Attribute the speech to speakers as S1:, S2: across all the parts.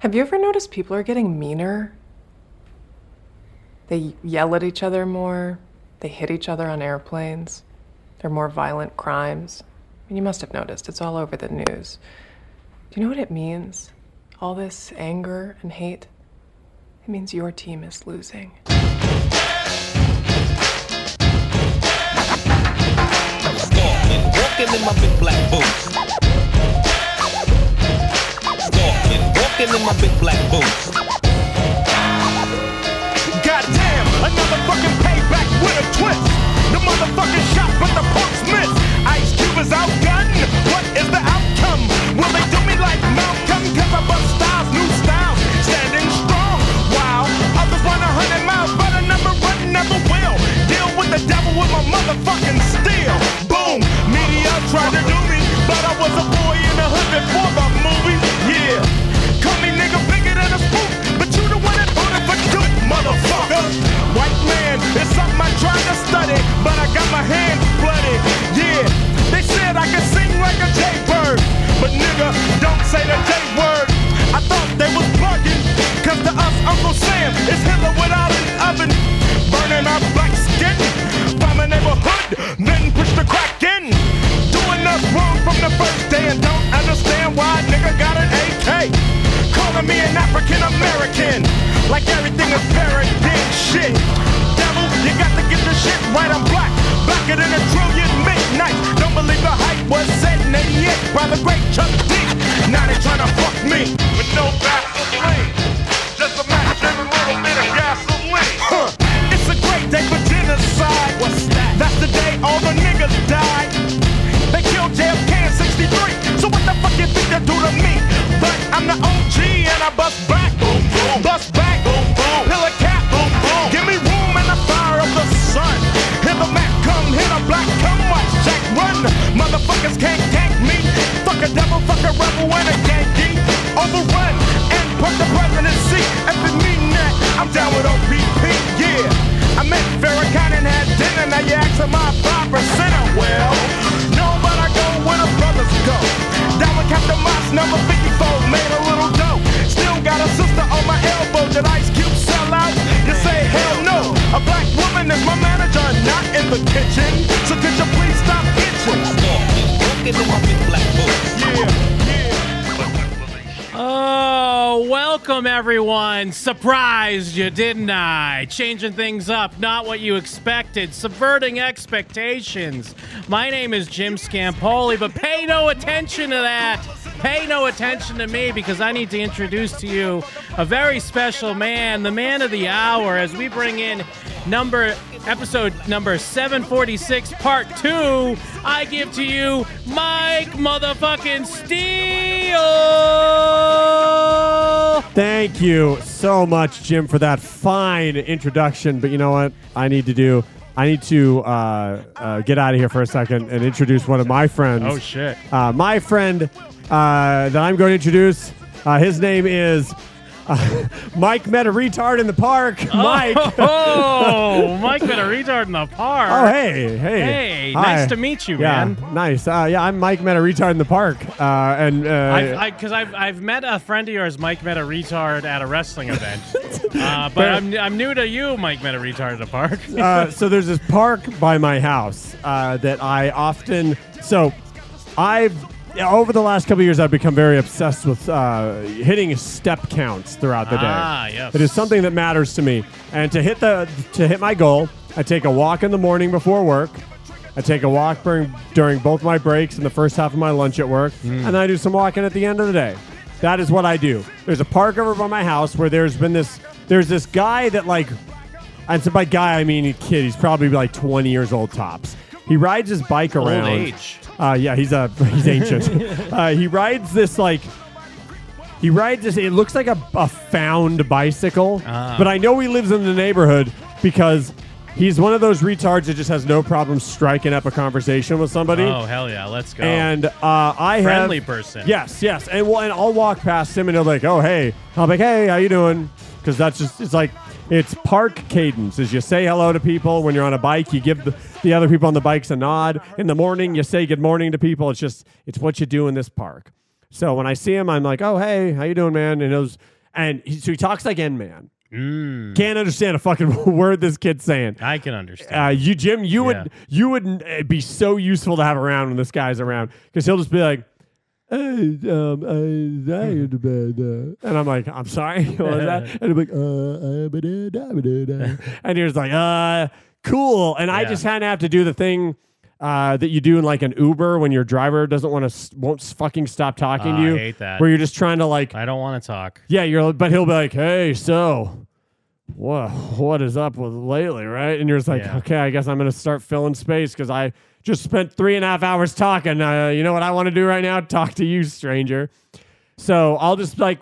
S1: Have you ever noticed people are getting meaner? They yell at each other more, they hit each other on airplanes, there are more violent crimes. I mean, you must have noticed, it's all over the news. Do you know what it means? All this anger and hate? It means your team is losing.
S2: Stalking, walking in my big black boots. Stalking, walking in my big black boots.
S3: Goddamn, another fucking payback with a twist. The motherfucking shot, but the punks miss. Ice Cube is outgunned. What is the outcome? Will they do me like Malcolm? Cause I bust styles, new styles, standing strong. Wow, others run a hundred miles, but I never run, never will. Deal with the devil with my motherfucking steel. Boom, media tried to do me, but I was a boy in the hood before the movie. Yeah, call me nigga bigger than a spook, but you the one that voted for good, motherfucker. White man, it's something I tried to study, but I got my hands bloody. Yeah, they said I could sing like a J-bird, but nigga, don't say the J-word. I thought they was plugging, cause to us, Uncle Sam is Hitler without an oven. Burning our black skin from a neighborhood, then push the crack in. Doing us wrong from the first day and don't understand why a nigga got an AK. Calling me an African American, like everything is parading shit. Devil, you got to get the shit right. I'm black, blacker than a trillion midnight. Don't believe the hype was said in '88 by the great Chuck D. Now they tryna fuck me with no vaseline, just a match and a little bit of gasoline. Huh. It's a great day for genocide. What's that? That's the day all the niggas died. They killed JFK in 63. So what the fuck you think they do to me? But I'm the OG and I bust back. Boom, boom. Bust back. Boom, boom. Pill a cap. Boom, boom. Give me room in the fire of the sun. Hit the Mac, come hit a black, come watch Jack run. Motherfuckers can't gank me. Fuck a devil, fuck a rebel and a Yankee. Overrun and put the presidency. If it mean that, I'm down with OPP, yeah. I met Farrakhan and had dinner. Now you ask him my five percenter. Well, no, but I go where the brothers go. Down with Captain Moss, number 54, made a little dough. Still got a sister on my elbow. Did Ice Cube sell out? You say hell no. A black woman is my manager, not in the kitchen. So could you please stop bitching?
S2: Stalking, walking in my big black boots.
S3: Yeah, yeah.
S4: Oh, welcome everyone. Surprised you, didn't I? Changing things up, not what you expected, subverting expectations. My name is Jim Scampoli, but pay no attention to that. Pay no attention to me because I need to introduce to you a very special man, the man of the hour, as we bring in number episode number 746 part 2 i give to you mike motherfucking steel
S5: Thank you so much, Jim, for that fine introduction. But you know what? I need to do. I need to uh, uh, get out of here for a second and introduce one of my friends.
S4: Oh, shit.
S5: Uh, my friend uh, that I'm going to introduce. Uh, his name is uh, Mike. Met a retard in the park. Mike.
S4: oh mike been a retard in the park
S5: Oh, hey, hey.
S4: Hey, nice to meet you,
S5: yeah,
S4: man.
S5: Nice. Uh, yeah, I'm Mike. Met a retard in the park. Uh, and uh,
S4: I, because I've, I've met a friend of yours, Mike met a retard at a wrestling event. uh, but I'm, I'm new to you, Mike met a retard in the park.
S5: uh, so there's this park by my house uh, that I often. So I've over the last couple of years I've become very obsessed with uh, hitting step counts throughout the day.
S4: Ah, yes.
S5: It is something that matters to me, and to hit the to hit my goal, I take a walk in the morning before work. I take a walk during, during both my breaks and the first half of my lunch at work,
S4: Hmm.
S5: and then I do some walking at the end of the day. That is what I do. There's a park over by my house where there's been this there's this guy that like and so by guy, I mean a kid. He's probably like 20 years old tops. He rides his bike around.
S4: age.
S5: Uh, yeah, he's a he's ancient. uh, he rides this like he rides this. It looks like a, a found bicycle,
S4: Ah.
S5: but I know he lives in the neighborhood because he's one of those retards that just has no problem striking up a conversation with somebody.
S4: Oh, hell yeah, let's go.
S5: And uh, I
S4: Friendly
S5: have,
S4: person.
S5: Yes, yes, and well, and I'll walk past him and he'll be like, oh hey, I'll be like, hey, how you doing? Because that's just it's like it's park cadence. Is you say hello to people when you're on a bike, you give the, the other people on the bikes a nod. In the morning, you say good morning to people. It's just it's what you do in this park. So when I see him, I'm like, "Oh, hey, how you doing, man?" And it was, and he, so he talks like N Man.
S4: Mm.
S5: Can't understand a fucking word this kid's saying.
S4: I can understand.
S5: Uh, you, Jim, you
S4: Yeah.
S5: would you would uh, be so useful to have around when this guy's around because he'll just be like, "Hey, um, I died about that," and I'm like, "I'm sorry, what was that?" And I'm like, "Uh, I did, I did, uh." and he was like, "Uh, cool," and I
S4: Yeah.
S5: just kind of have to do the thing. Uh, that you do in like an Uber when your driver doesn't want to won't s- fucking stop talking
S4: Ah,
S5: to
S4: I
S5: you.
S4: hate that.
S5: Where you're just trying to like
S4: I don't want to talk.
S5: yeah, you're. But he'll be like, "Hey, so, what what is up with lately, right?" And you're just like,
S4: Yeah.
S5: "Okay, I guess I'm gonna start filling space because I just spent three and a half hours talking. Uh, you know what I want to do right now? Talk to you, stranger." So I'll just like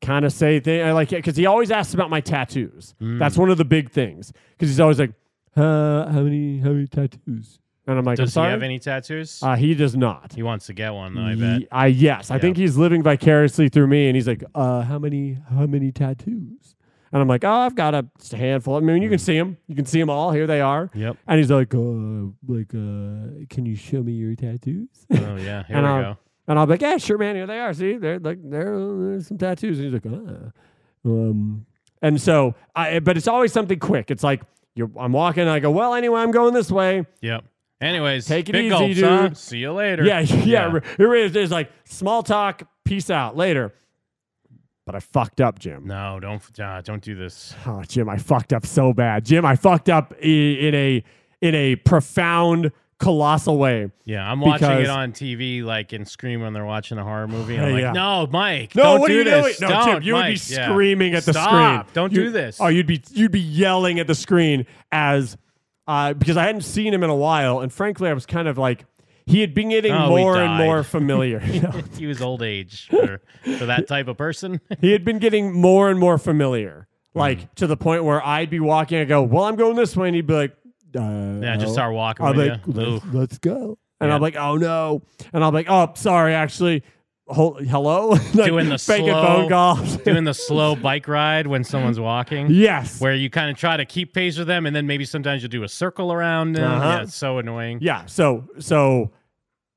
S5: kind of say thing I like because he always asks about my tattoos.
S4: Mm.
S5: That's one of the big things because he's always like, uh, "How many how many tattoos?" And I'm like, "I'm
S4: Does he
S5: sorry."
S4: have any tattoos?
S5: uh, he does not.
S4: he wants to get one, though, I bet.
S5: Ye- I yes, I think he's living vicariously through me, and he's like, uh, "How many? How many tattoos?" And I'm like, "Oh, I've got a, just a handful. I mean, you can see them. You can see them all. Here they are."
S4: Mm. Yep.
S5: And he's like, uh, "Like, uh, can you show me your tattoos?"
S4: Oh, yeah. Here
S5: and
S4: we
S5: uh, I'll,
S4: go.
S5: And I'll be like, "Yeah, sure, man. Here they are. See, they're like there- there's some tattoos." And he's like, "Uh." Um, and so I, but it's always something quick. It's like you're, I'm walking. And I go, "Well, anyway, I'm going this way."
S4: Yep. Anyways,
S5: Take it
S4: big gulps,
S5: easy,
S4: huh?
S5: dude.
S4: See you later.
S5: Yeah, yeah. yeah. It is. It's like small talk, peace out later. But I fucked up, Jim.
S4: No, don't uh, don't do this.
S5: Oh, Jim, I fucked up so bad. Jim, I fucked up i- in a in a profound, colossal way.
S4: Yeah, I'm watching it
S5: Because-
S4: on TV, like in Scream when they're watching a horror movie. And I'm
S5: Yeah,
S4: like,
S5: yeah.
S4: no, Mike,
S5: No,
S4: don't
S5: what
S4: do
S5: are you
S4: this.
S5: doing? No,
S4: Don't,
S5: Jim, you would be
S4: Mike, yeah.
S5: screaming at the
S4: Stop.
S5: screen.
S4: Don't
S5: You-
S4: do this.
S5: Oh, you'd be you'd be yelling at the screen as uh, because I hadn't seen him in a while, and frankly, I was kind of like he had been getting
S4: Oh, he
S5: more and
S4: died.
S5: more familiar.
S4: he was old age for, for that type of person.
S5: he had been getting more and more familiar, like to the point where I'd be walking and go, "Well, I'm going this way," and he'd be like, uh,
S4: yeah, just start walking
S5: I'm
S4: with
S5: like,
S4: you. Ooh.
S5: let's, let's go," and
S4: Yeah.
S5: I'm like, "Oh no," and I'm like, "Oh, sorry, actually." Hol- Hello, Like,
S4: Doing the
S5: faking
S4: slow-
S5: phone calls.
S4: Doing the slow bike ride when someone's walking.
S5: yes,
S4: Where you kind of try to keep pace with them, and then maybe sometimes you'll do a circle around them.
S5: Uh-huh.
S4: Yeah, it's so annoying.
S5: yeah. So so,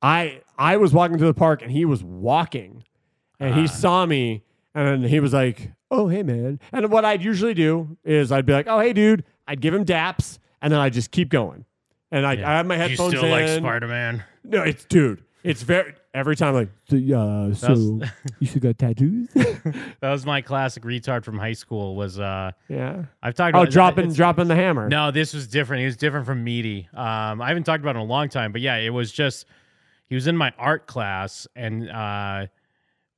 S5: I I was walking to the park and he was walking, and
S4: Ah.
S5: he saw me and he was like, "Oh hey man," and what I'd usually do is I'd be like, "Oh hey dude," I'd give him daps and then I just keep going, and I, I have my
S4: Do you
S5: headphones
S4: still
S5: in.
S4: like Spider Man?
S5: No, it's dude. It's very every time like so, uh, so you should got tattoos.
S4: That was my classic retard from high school. Was uh,
S5: yeah.
S4: I've talked
S5: Oh,
S4: about
S5: dropping
S4: it's-
S5: dropping the hammer.
S4: No, this was different. He was different from Meaty. Um, I haven't talked about it in a long time, but yeah, it was just he was in my art class, and uh,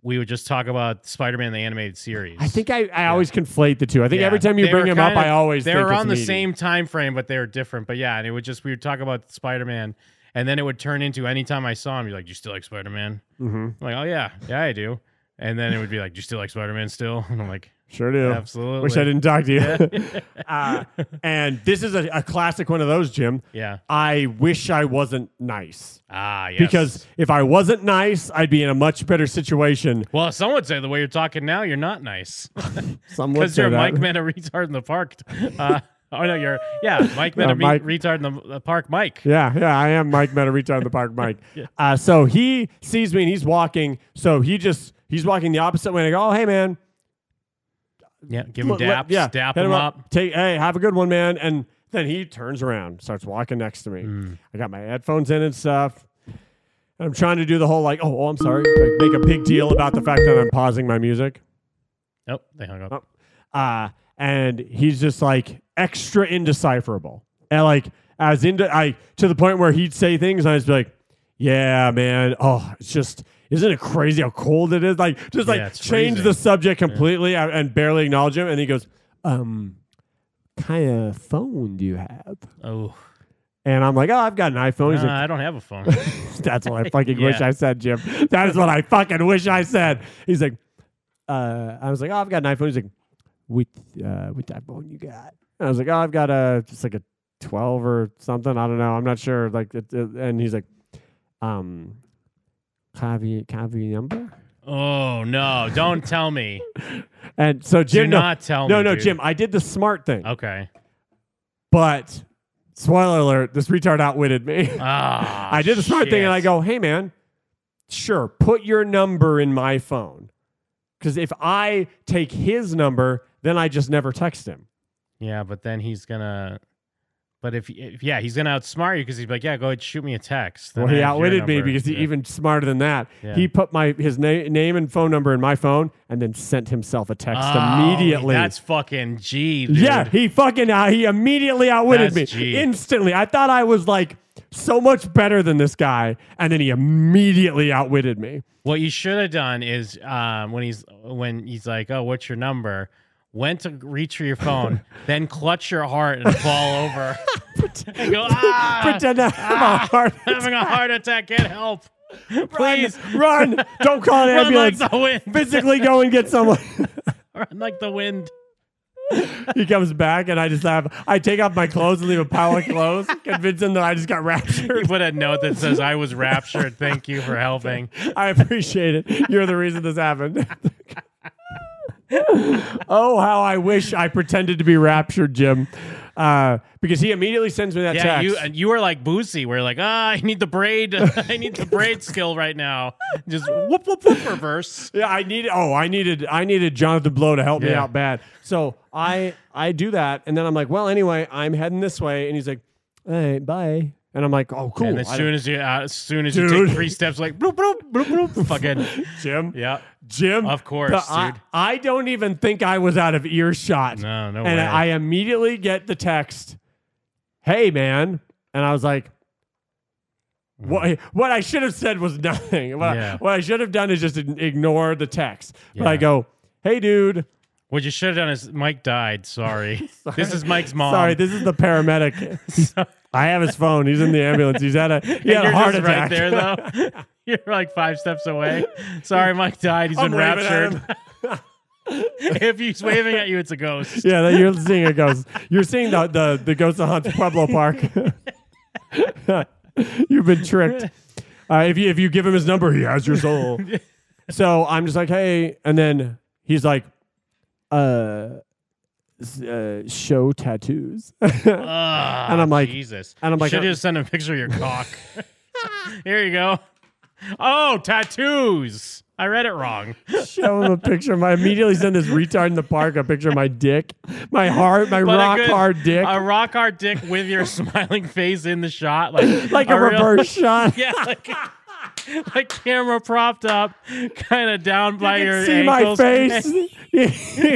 S4: we would just talk about Spider-Man the animated series.
S5: I think I, I always conflate the two. I think
S4: Yeah.
S5: every time you
S4: They
S5: bring
S4: were
S5: him up,
S4: kinda-
S5: I always
S4: they
S5: think
S4: were
S5: it's
S4: on the
S5: meaty.
S4: same time frame, but they were different. But yeah, and it would just we would talk about Spider-Man, and then it would turn into anytime I saw him, you're like, "Do you still like Spider-Man?"
S5: Mm-hmm.
S4: I'm like, "Oh yeah, yeah, I do." And then it would be like, "Do you still like Spider-Man still?" And I'm like,
S5: Sure do.
S4: Absolutely.
S5: Wish I didn't talk to you. uh, and this is a, a classic one of those, Jim.
S4: "Yeah,
S5: I wish I wasn't nice
S4: ah, yes."
S5: because if I wasn't nice, I'd be in a much better situation.
S4: well, someone would say the way you're talking now, you're not nice.
S5: Some would
S4: Because
S5: say
S4: you're
S5: that.
S4: Mike Man, a retard in the park. Uh, oh no, you're yeah, Mike Man,
S5: Yeah,
S4: a me-
S5: Mike.
S4: retard in the the park. Mike.
S5: Yeah, yeah, I am Mike Metarita on the park, Mike. uh, so he sees me and he's walking. So he just he's walking the opposite way. And I go, oh hey man,
S4: Yeah, give him
S5: Look, let-
S4: daps. dap
S5: hit
S4: him up.
S5: Take hey, have a good one, man. And then he turns around, starts walking next to me. I got my headphones in and stuff. And I'm trying to do the whole like, oh, oh I'm sorry, like, make a big deal about the fact that I'm pausing my music.
S4: Nope, they hung up.
S5: Oh. Uh, and he's just like extra indecipherable. And like as into I to the point where he'd say things and I'd just be like, Yeah, man. Oh, it's just isn't it crazy how cold it is? Like just
S4: Yeah,
S5: like
S4: it's
S5: change
S4: freezing.
S5: the subject completely and- and barely acknowledge him. And he goes, Um, kind of phone do you have?
S4: Oh, and
S5: And I'm like, Oh, I've got an iPhone. He's
S4: uh,
S5: like,
S4: I don't have a phone.
S5: That's what I fucking
S4: Yeah.
S5: wish I said, Jim. That is what I fucking wish I said. He's like, uh, I was like, oh, I've got an iPhone. He's like, which uh, which iPhone you got? And I was like, oh, I've got a just like a twelve or something. I don't know. I'm not sure. Like, it, it- and he's like, um, copy copy number.
S4: oh no, don't tell me.
S5: And so Jim, no,
S4: not tell
S5: no,
S4: me,
S5: no,
S4: dude. Oh.
S5: Jim. I did the smart thing,
S4: Okay.
S5: but spoiler alert: this retard outwitted me.
S4: Ah,
S5: I did the smart thing, and I
S4: shit.
S5: go, hey man, sure, put your number in my phone. Because if I take his number, then I just never text him.
S4: Yeah, but then he's gonna. But if, if yeah, he's gonna outsmart you because he's like, yeah, go ahead, shoot me a text. Then
S5: Well, he
S4: I have your
S5: outwitted me
S4: number.
S5: because he
S4: Yeah.
S5: even smarter than that.
S4: Yeah.
S5: He put my his na- name and phone number in my phone, and then sent himself a text
S4: Oh,
S5: immediately.
S4: That's fucking G, dude.
S5: yeah, he fucking uh, he immediately outwitted
S4: That's
S5: me
S4: G.
S5: instantly. I thought I was like so much better than this guy, and then he immediately outwitted me.
S4: What you should have done is um, when he's when he's like, "Oh, what's your number?" Went to reach for your phone, then clutch your heart and fall over. and go, ah,
S5: Pretend I have a heart.
S4: having a heart attack. Get help, please.
S5: run! Don't call an
S4: Run like
S5: ambulance.
S4: the wind.
S5: Physically go and get someone.
S4: Run like the wind.
S5: he comes back, and I just have I take off my clothes and leave a pile of clothes, convince him that I just got
S4: You
S5: raptured.
S4: put a note that says, "I was raptured. Thank you for helping."
S5: I appreciate it. You're the reason this happened. oh, how I wish I pretended to be raptured, Jim. Uh, because he immediately sends me that
S4: Yeah,
S5: text.
S4: you uh, and you were like Boosie. We're like, ah, I need the braid. I need the braid skill right now. Just whoop whoop whoop reverse.
S5: Yeah, I needed. Oh, I needed. I needed Jonathan Blow to help me
S4: Yeah.
S5: out bad. So I I do that, and then I'm like, well, anyway, I'm heading this way, and he's like, hey, bye, and I'm like, oh, cool.
S4: And as
S5: I
S4: soon
S5: don't-
S4: as you, uh, as soon as you
S5: Dude.
S4: take three steps, like bloop bloop bloop bloop, fucking
S5: Jim,
S4: yeah.
S5: Jim,
S4: Of course,
S5: the- I,
S4: dude.
S5: I don't even think I was out of earshot.
S4: No, no
S5: and
S4: way.
S5: I immediately get the text, "Hey, man," and I was like. What, what I should have said was nothing. What,
S4: Mm. Yeah.
S5: I, what I should have done is just ign- ignore the text. But
S4: Yeah.
S5: I go, hey, dude,
S4: What you should have done is Mike died. Sorry, this is Mike's mom.
S5: Sorry, this is the paramedic. I have his phone. He's in the ambulance. He's had a he
S4: And
S5: had a
S4: you're
S5: heart
S4: just right
S5: attack.
S4: there though. You're like five steps away. Sorry, Mike died. He's
S5: I'm
S4: been
S5: waving at
S4: raptured. if he's waving at you, it's a ghost.
S5: yeah, that- you're seeing a ghost. You're seeing the the, the ghost of Hunts Pueblo Park. You've been tricked. Uh, if you if you give him his number, he has your soul. so I'm just like, hey, and then he's like, uh, s- uh show tattoos.
S4: Ah,
S5: And I'm like-
S4: Jesus.
S5: and I'm like,
S4: should
S5: uh,
S4: just send a picture of your cock. Here you go. Oh, tattoos. I read it wrong.
S5: show him a picture of my. Immediately send this retard in the park a picture of my dick, my heart, my
S4: But a
S5: rock
S4: good-
S5: hard dick.
S4: A rock hard dick with your smiling face in the shot, like
S5: like a,
S4: real-
S5: reverse shot.
S4: yeah, like, like camera propped up, kind of down by
S5: You
S4: your
S5: can see my
S4: ankles.
S5: face. you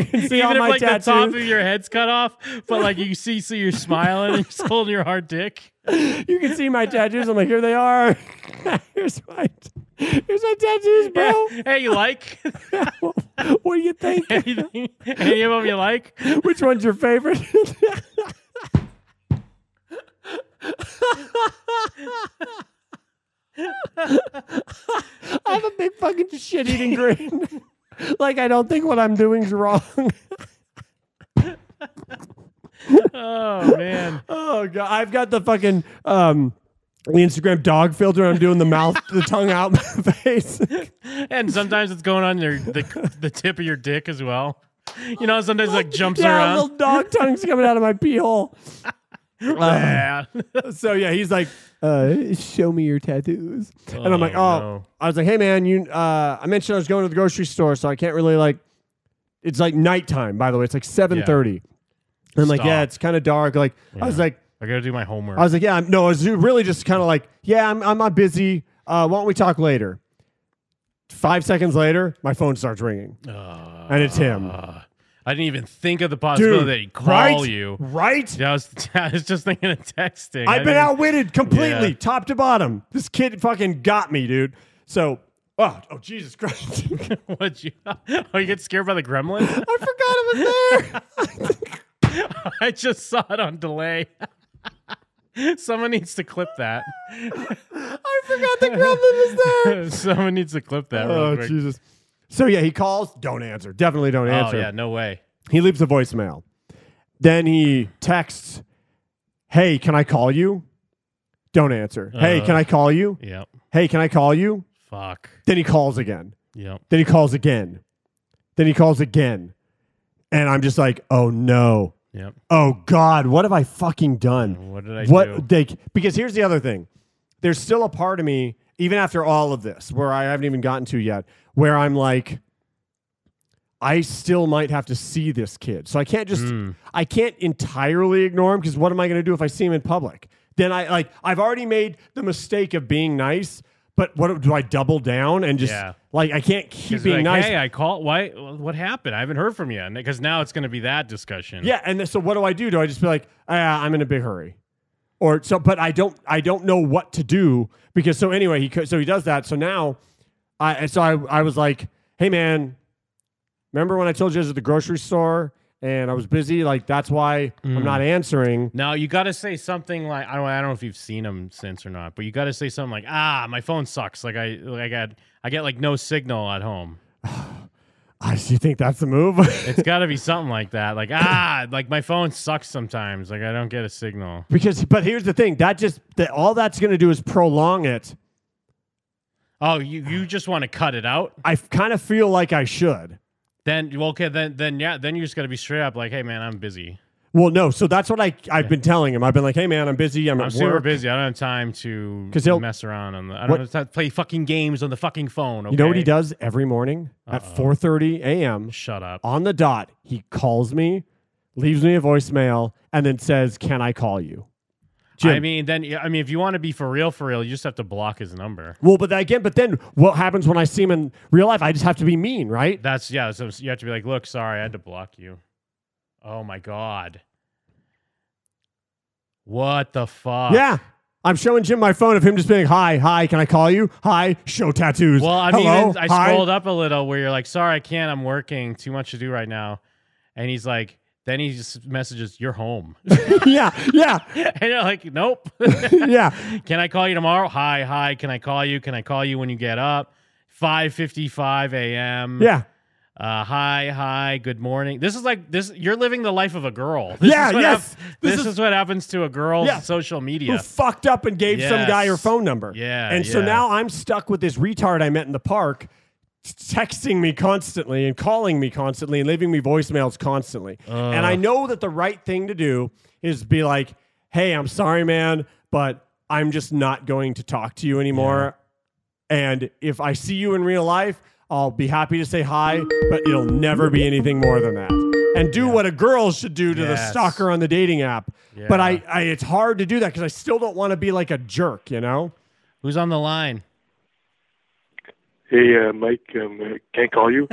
S5: can see all
S4: Even if
S5: my
S4: like
S5: tattoos.
S4: the top of your head's cut off, but like you see, see you're smiling and you're holding your hard dick.
S5: you can see my tattoos. I'm like, here they are. here's my, here's my tattoos, bro.
S4: Hey, you like
S5: what do you think?
S4: anything? Any of them you like?
S5: Which one's your favorite? I have a big fucking shit eating grin. like I don't think what I'm doing's wrong.
S4: Oh man,
S5: Oh god, I've got the fucking um the Instagram dog filter. I'm doing the mouth, the tongue out my face.
S4: and sometimes it's going on your the, the tip of your dick as well. You know, sometimes like jumps
S5: yeah,
S4: around.
S5: little dog tongues coming out of my pee hole.
S4: yeah.
S5: So yeah, he's like, uh, "Show me your tattoos," and I'm like,
S4: Oh,
S5: "Oh."
S4: no.
S5: I was like, "Hey man, you." Uh, I mentioned I was going to the grocery store, so I can't really like. It's like nighttime, by the way. It's like seven thirty. And I'm like,
S4: Stop.
S5: yeah, it's kind of dark. Like I was like,
S4: I gotta do my homework.
S5: I was like, yeah, I'm, no, I was really just kind of like, yeah, I'm, I'm not busy. Uh, why don't we talk later? Five seconds later, my phone starts ringing, and it's him.
S4: I didn't even think of the possibility
S5: Dude,
S4: that he'd call
S5: right,
S4: you.
S5: right?
S4: Yeah, I was, I was just thinking of texting. I
S5: I've been
S4: didn't-
S5: outwitted completely,
S4: Yeah.
S5: top to bottom. This kid fucking got me, dude. So, oh, oh Jesus Christ!
S4: What you? Oh, you get scared by the gremlin?
S5: I forgot I was there.
S4: I just saw it on delay. Someone needs to clip that.
S5: I forgot the gremlin was there.
S4: Someone needs to clip that. real
S5: Oh
S4: quick.
S5: Jesus! So yeah, he calls. Don't answer. Definitely don't
S4: Oh
S5: answer.
S4: yeah, no way.
S5: He leaves a voicemail. Then he texts, Hey, can I call you? Don't answer. hey,
S4: Uh.
S5: can I call you?
S4: Yep.
S5: Hey, can I call you?
S4: Fuck.
S5: Then he calls again.
S4: Yep.
S5: Then he calls again. Then he calls again. And I'm just like, Oh no.
S4: Yep.
S5: Oh God, what have I fucking done?
S4: What did I do?
S5: They, because here's the other thing. There's still a part of me even after all of this, where I haven't even gotten to yet, where I'm like, I still might have to see this kid. So I can't just,
S4: Hmm.
S5: I can't entirely ignore him because what am I going to do if I see him in public? Then I like, I've already made the mistake of being nice, but what do I double down and just
S4: Yeah.
S5: like, I can't keep
S4: He's
S5: being
S4: like,
S5: nice.
S4: hey, I call. Why? What happened? I haven't heard from you. Because now it's going to be that discussion.
S5: Yeah, and then- so what do I do? Do I just be like, ah, I'm in a big hurry, or so? But I don't, I don't know what to do because so anyway, he co- so he does that. So now, I and so I I was like, hey man, remember when I told you I was at the grocery store and I was busy? Like that's why I'm not
S4: Mm.
S5: answering.
S4: No, you got to say something like I don't. I don't know if you've seen him since or not, but you got to say something like, "Ah, my phone sucks. Like I, like I got, I get like no signal at home.
S5: I do you think that's the move?
S4: It's got to be something like that. Like ah, like my phone sucks sometimes. Like I don't get a signal.
S5: because but here's the thing that just that all that's gonna do is prolong it.
S4: Oh, you you just want to cut it out?
S5: I kind of feel like I should.
S4: Then well, okay, then then yeah, then you just got to be straight up like, "Hey man, I'm busy.
S5: Well, no. So that's what I I've been telling him. I've been like, hey man, I'm busy. I'm,
S4: I'm
S5: at
S4: super
S5: work.
S4: busy. I don't have time to
S5: 'Cause he'll-
S4: mess around on the. I
S5: What-
S4: don't have time to play fucking games on the fucking phone. Okay?
S5: You know what he does every morning at 4:30 a.m.
S4: Shut up.
S5: on the dot. He calls me, leaves me a voicemail, and then says, "Can I call you?" Jim.
S4: I mean, then I mean, if you want to be for real, for real, you just have to block his number.
S5: Well, but then again, but then what happens when I see him in real life? I just have to be mean, right?
S4: That's yeah. So you have to be like, look, sorry, I had to block you. Oh my god. What the fuck?
S5: Yeah. I'm showing Jim my phone of him just being, "Hi, hi, can I call you? Hi, show tattoos."
S4: Well, I
S5: Hello?
S4: mean, I
S5: Hi."
S4: scrolled up a little where you're like, sorry, I can't. I'm working. Too much to do right now. And he's like, then he just messages, you're home.
S5: yeah, yeah,
S4: and you're like, nope.
S5: yeah.
S4: Can I call you tomorrow? Hi, hi. Can I call you? Can I call you when you get up? 5:55 a.m.
S5: Yeah.
S4: Uh, hi, hi, good morning. This is like this. You're living the life of a girl. This
S5: Yeah,
S4: is what
S5: yes.
S4: this,
S5: This
S4: is,
S5: is-
S4: what happens to a girl's
S5: Yeah.
S4: social
S5: who
S4: media.
S5: fucked up and gave some guy
S4: Yes.
S5: her phone number.
S4: Yeah,
S5: And so
S4: yeah.
S5: now I'm stuck with this retard I met in the park t- texting me constantly and calling me constantly and leaving me voicemails constantly. And I know that the right thing to do is be like, "Hey, I'm sorry, man, but I'm just not going to talk to you anymore. And if I see you in real life, I'll be happy to say hi, but it'll never be anything more than that." And do what a girl should do to the
S4: Yes.
S5: stalker on the dating app. But
S4: Yeah.
S5: I, I, it's hard to do that because I still don't want to be like a jerk, you know?
S4: Who's on the line?
S6: Hey, uh, Mike, um, uh, can't call you.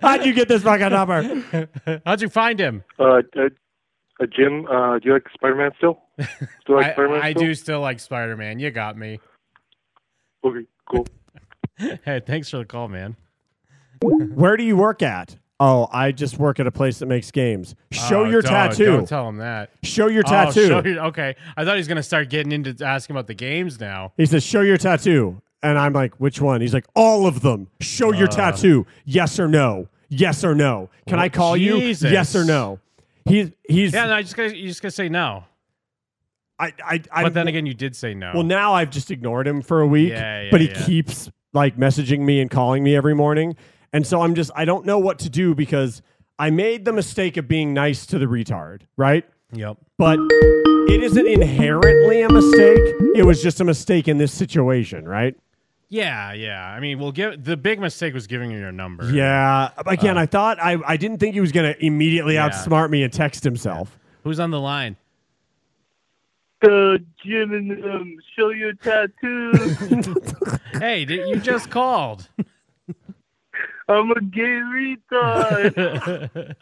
S5: How'd you get this fucking number?
S4: How'd you find him?
S6: Uh, uh, uh, Jim, uh, do you like Spider Man still? Still like
S4: I,
S6: Spider Man?
S4: I do still like Spider Man. You got me.
S6: Okay, cool.
S4: Hey, thanks for the call, man.
S5: Where do you work at? Oh, I just work at a place that makes games. Show
S4: Oh,
S5: your
S4: don't-
S5: tattoo.
S4: Don't tell him that.
S5: show your
S4: Oh,
S5: tattoo.
S4: show you- okay, I thought he was gonna start getting into asking about the games now.
S5: he says, show your tattoo. And I'm like, which one? He's like, all of them. Show your
S4: Uh.
S5: tattoo. Yes or no. Yes or no. Can I call
S4: Jesus.
S5: you? Yes or no. He's, he's,
S4: Yeah, no, I just gotta, you just gotta say no.
S5: I, I, I,
S4: But then again, you did say no.
S5: Well, now I've just ignored him for a week,
S4: Oh. Yeah, yeah,
S5: but he
S4: yeah.
S5: keeps like messaging me and calling me every morning. And so I'm just, I don't know what to do because I made the mistake of being nice to the retard, right?
S4: yep.
S5: But it isn't inherently a mistake. It was just a mistake in this situation, right?
S4: Yeah, yeah. I mean, we'll give the big mistake was giving you your number.
S5: Yeah. Again, I thought, I, I didn't think he was going to immediately
S4: Uh. Yeah.
S5: outsmart me and text himself.
S4: Who's on the line?
S6: Uh, Jim, and, um, show your tattoo.
S4: Hey, did, you just called.
S6: I'm a gay retard.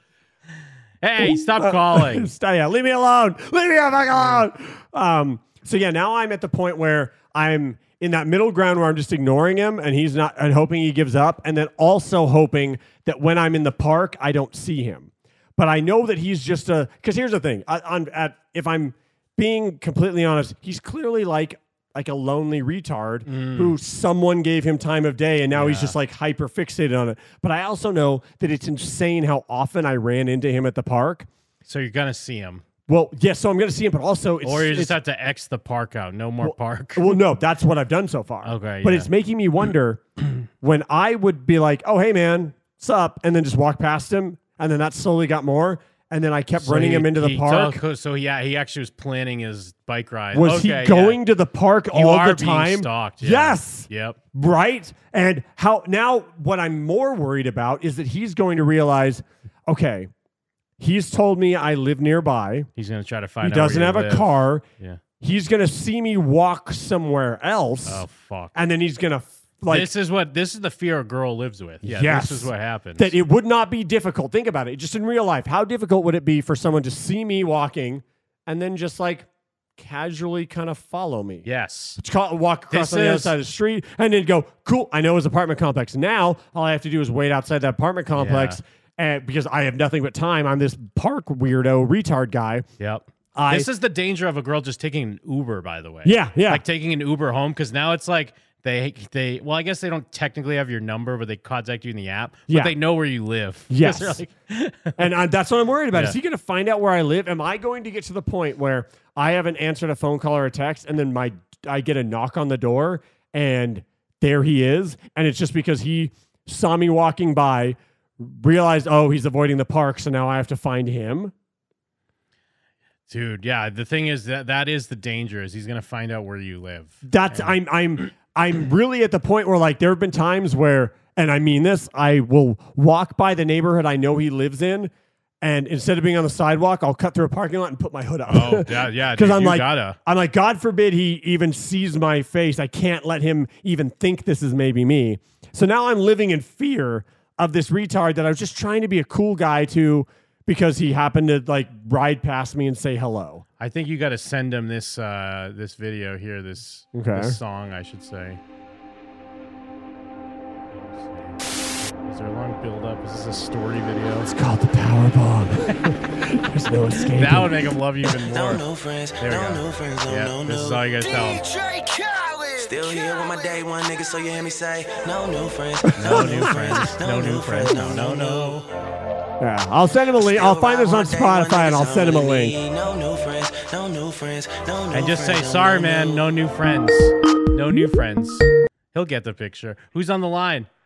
S4: Hey, stop calling.
S5: Stay out. Leave me alone. Leave me the fuck alone. Um, so yeah, now I'm at the point where I'm in that middle ground where I'm just ignoring him and he's not and hoping he gives up, and then also hoping that when I'm in the park, I don't see him. But I know that he's just a because here's the thing. I, I'm at if I'm being completely honest, he's clearly like like a lonely retard who someone gave him time of day and now he's just like hyper fixated on it. But I also know that it's insane how often I ran into him at the park.
S4: So you're gonna see him,
S5: Well, yes, so I'm going to see him, but also it's,
S4: or you
S5: it's
S4: just have to X the park out. No more park.
S5: well, no, that's what I've done so far.
S4: Okay,
S5: but
S4: yeah.
S5: it's making me wonder when I would be like, "Oh, hey, man, what's up?" and then just walk past him, and then that slowly got more, and then I kept running
S4: he-
S5: him into the
S4: he
S5: park.
S4: took- so yeah, he actually was planning his bike ride.
S5: was
S4: Okay, yeah.
S5: he going to the park
S4: You
S5: all
S4: are
S5: the
S4: being
S5: time?
S4: stalked, yeah.
S5: Yes.
S4: Yep.
S5: Right? And how now what I'm more worried about is that he's going to realize, okay, he's told me I live nearby.
S4: He's gonna try to
S5: He
S4: find. out where
S5: doesn't
S4: you
S5: have
S4: live.
S5: a car.
S4: Yeah.
S5: He's going to see me walk somewhere else.
S4: Oh fuck.
S5: and then he's going to like
S4: this is what this is the fear a girl lives with. Yeah.
S5: Yes.
S4: This is what happens.
S5: that it would not be difficult. Think about it. Just in real life, how difficult would it be for someone to see me walking and then just like casually kind of follow me?
S4: yes.
S5: Just call- walk across
S4: This
S5: on the other
S4: is-
S5: side of the street and then go, cool, I know his apartment complex. Now all I have to do is wait outside that apartment complex and, because I have nothing but time. I'm this park weirdo retard guy.
S4: Yep.
S5: I-
S4: this is the danger of a girl just taking an Uber. By the way.
S5: Yeah, yeah.
S4: Like taking an Uber home because now it's like. They, they well, I guess they don't technically have your number, but they contact you in the app. But
S5: Yeah.
S4: they know where you live. 'Cause
S5: Yes.
S4: they're like,
S5: and I, that's what I'm worried about. Is
S4: Yeah.
S5: he going to find out where I live? Am I going to get to the point where I haven't answered a phone call or a text, and then my I get a knock on the door, and there he is, and it's just because he saw me walking by, realized oh he's avoiding the park, so now I have to find him.
S4: Dude, yeah. The thing is that that is the danger is he's gonna find out where you live.
S5: That's I'm I'm I'm really at the point where like there have been times where and I mean this, I will walk by the neighborhood I know he lives in and instead of being on the sidewalk, I'll cut through a parking lot and put my hood up.
S4: Oh, yeah, yeah,
S5: Cuz
S4: dude,
S5: I'm
S4: you
S5: like
S4: gotta.
S5: I'm like god forbid he even sees my face. I can't let him even think this is maybe me. So now I'm living in fear of this retard that I was just trying to be a cool guy to because he happened to like ride past me and say hello.
S4: I think you got to send him this uh, this video here, this,
S5: Okay.
S4: this song, I should say. Is there a long build up? Is this a story video?
S5: It's called the power bomb. There's no escaping.
S4: That would make him love you even more.
S2: Don't know friends,
S4: There we
S2: don't
S4: go.
S2: know friends, don't
S4: Yeah,
S2: know
S4: this is
S2: no.
S4: all you guys tell him.
S2: Still here with my day one nigga, so you hear me say, no new friends, no new friends, no new friends, no no no.
S5: Yeah, I'll send him a link. I'll find this on Spotify and I'll send him a link.
S2: No new friends, no new friends, no new
S4: And just say,
S2: friends, no
S4: sorry,
S2: new
S4: man,
S2: friends."
S4: no new friends. No new friends. He'll get the picture. Who's on the line?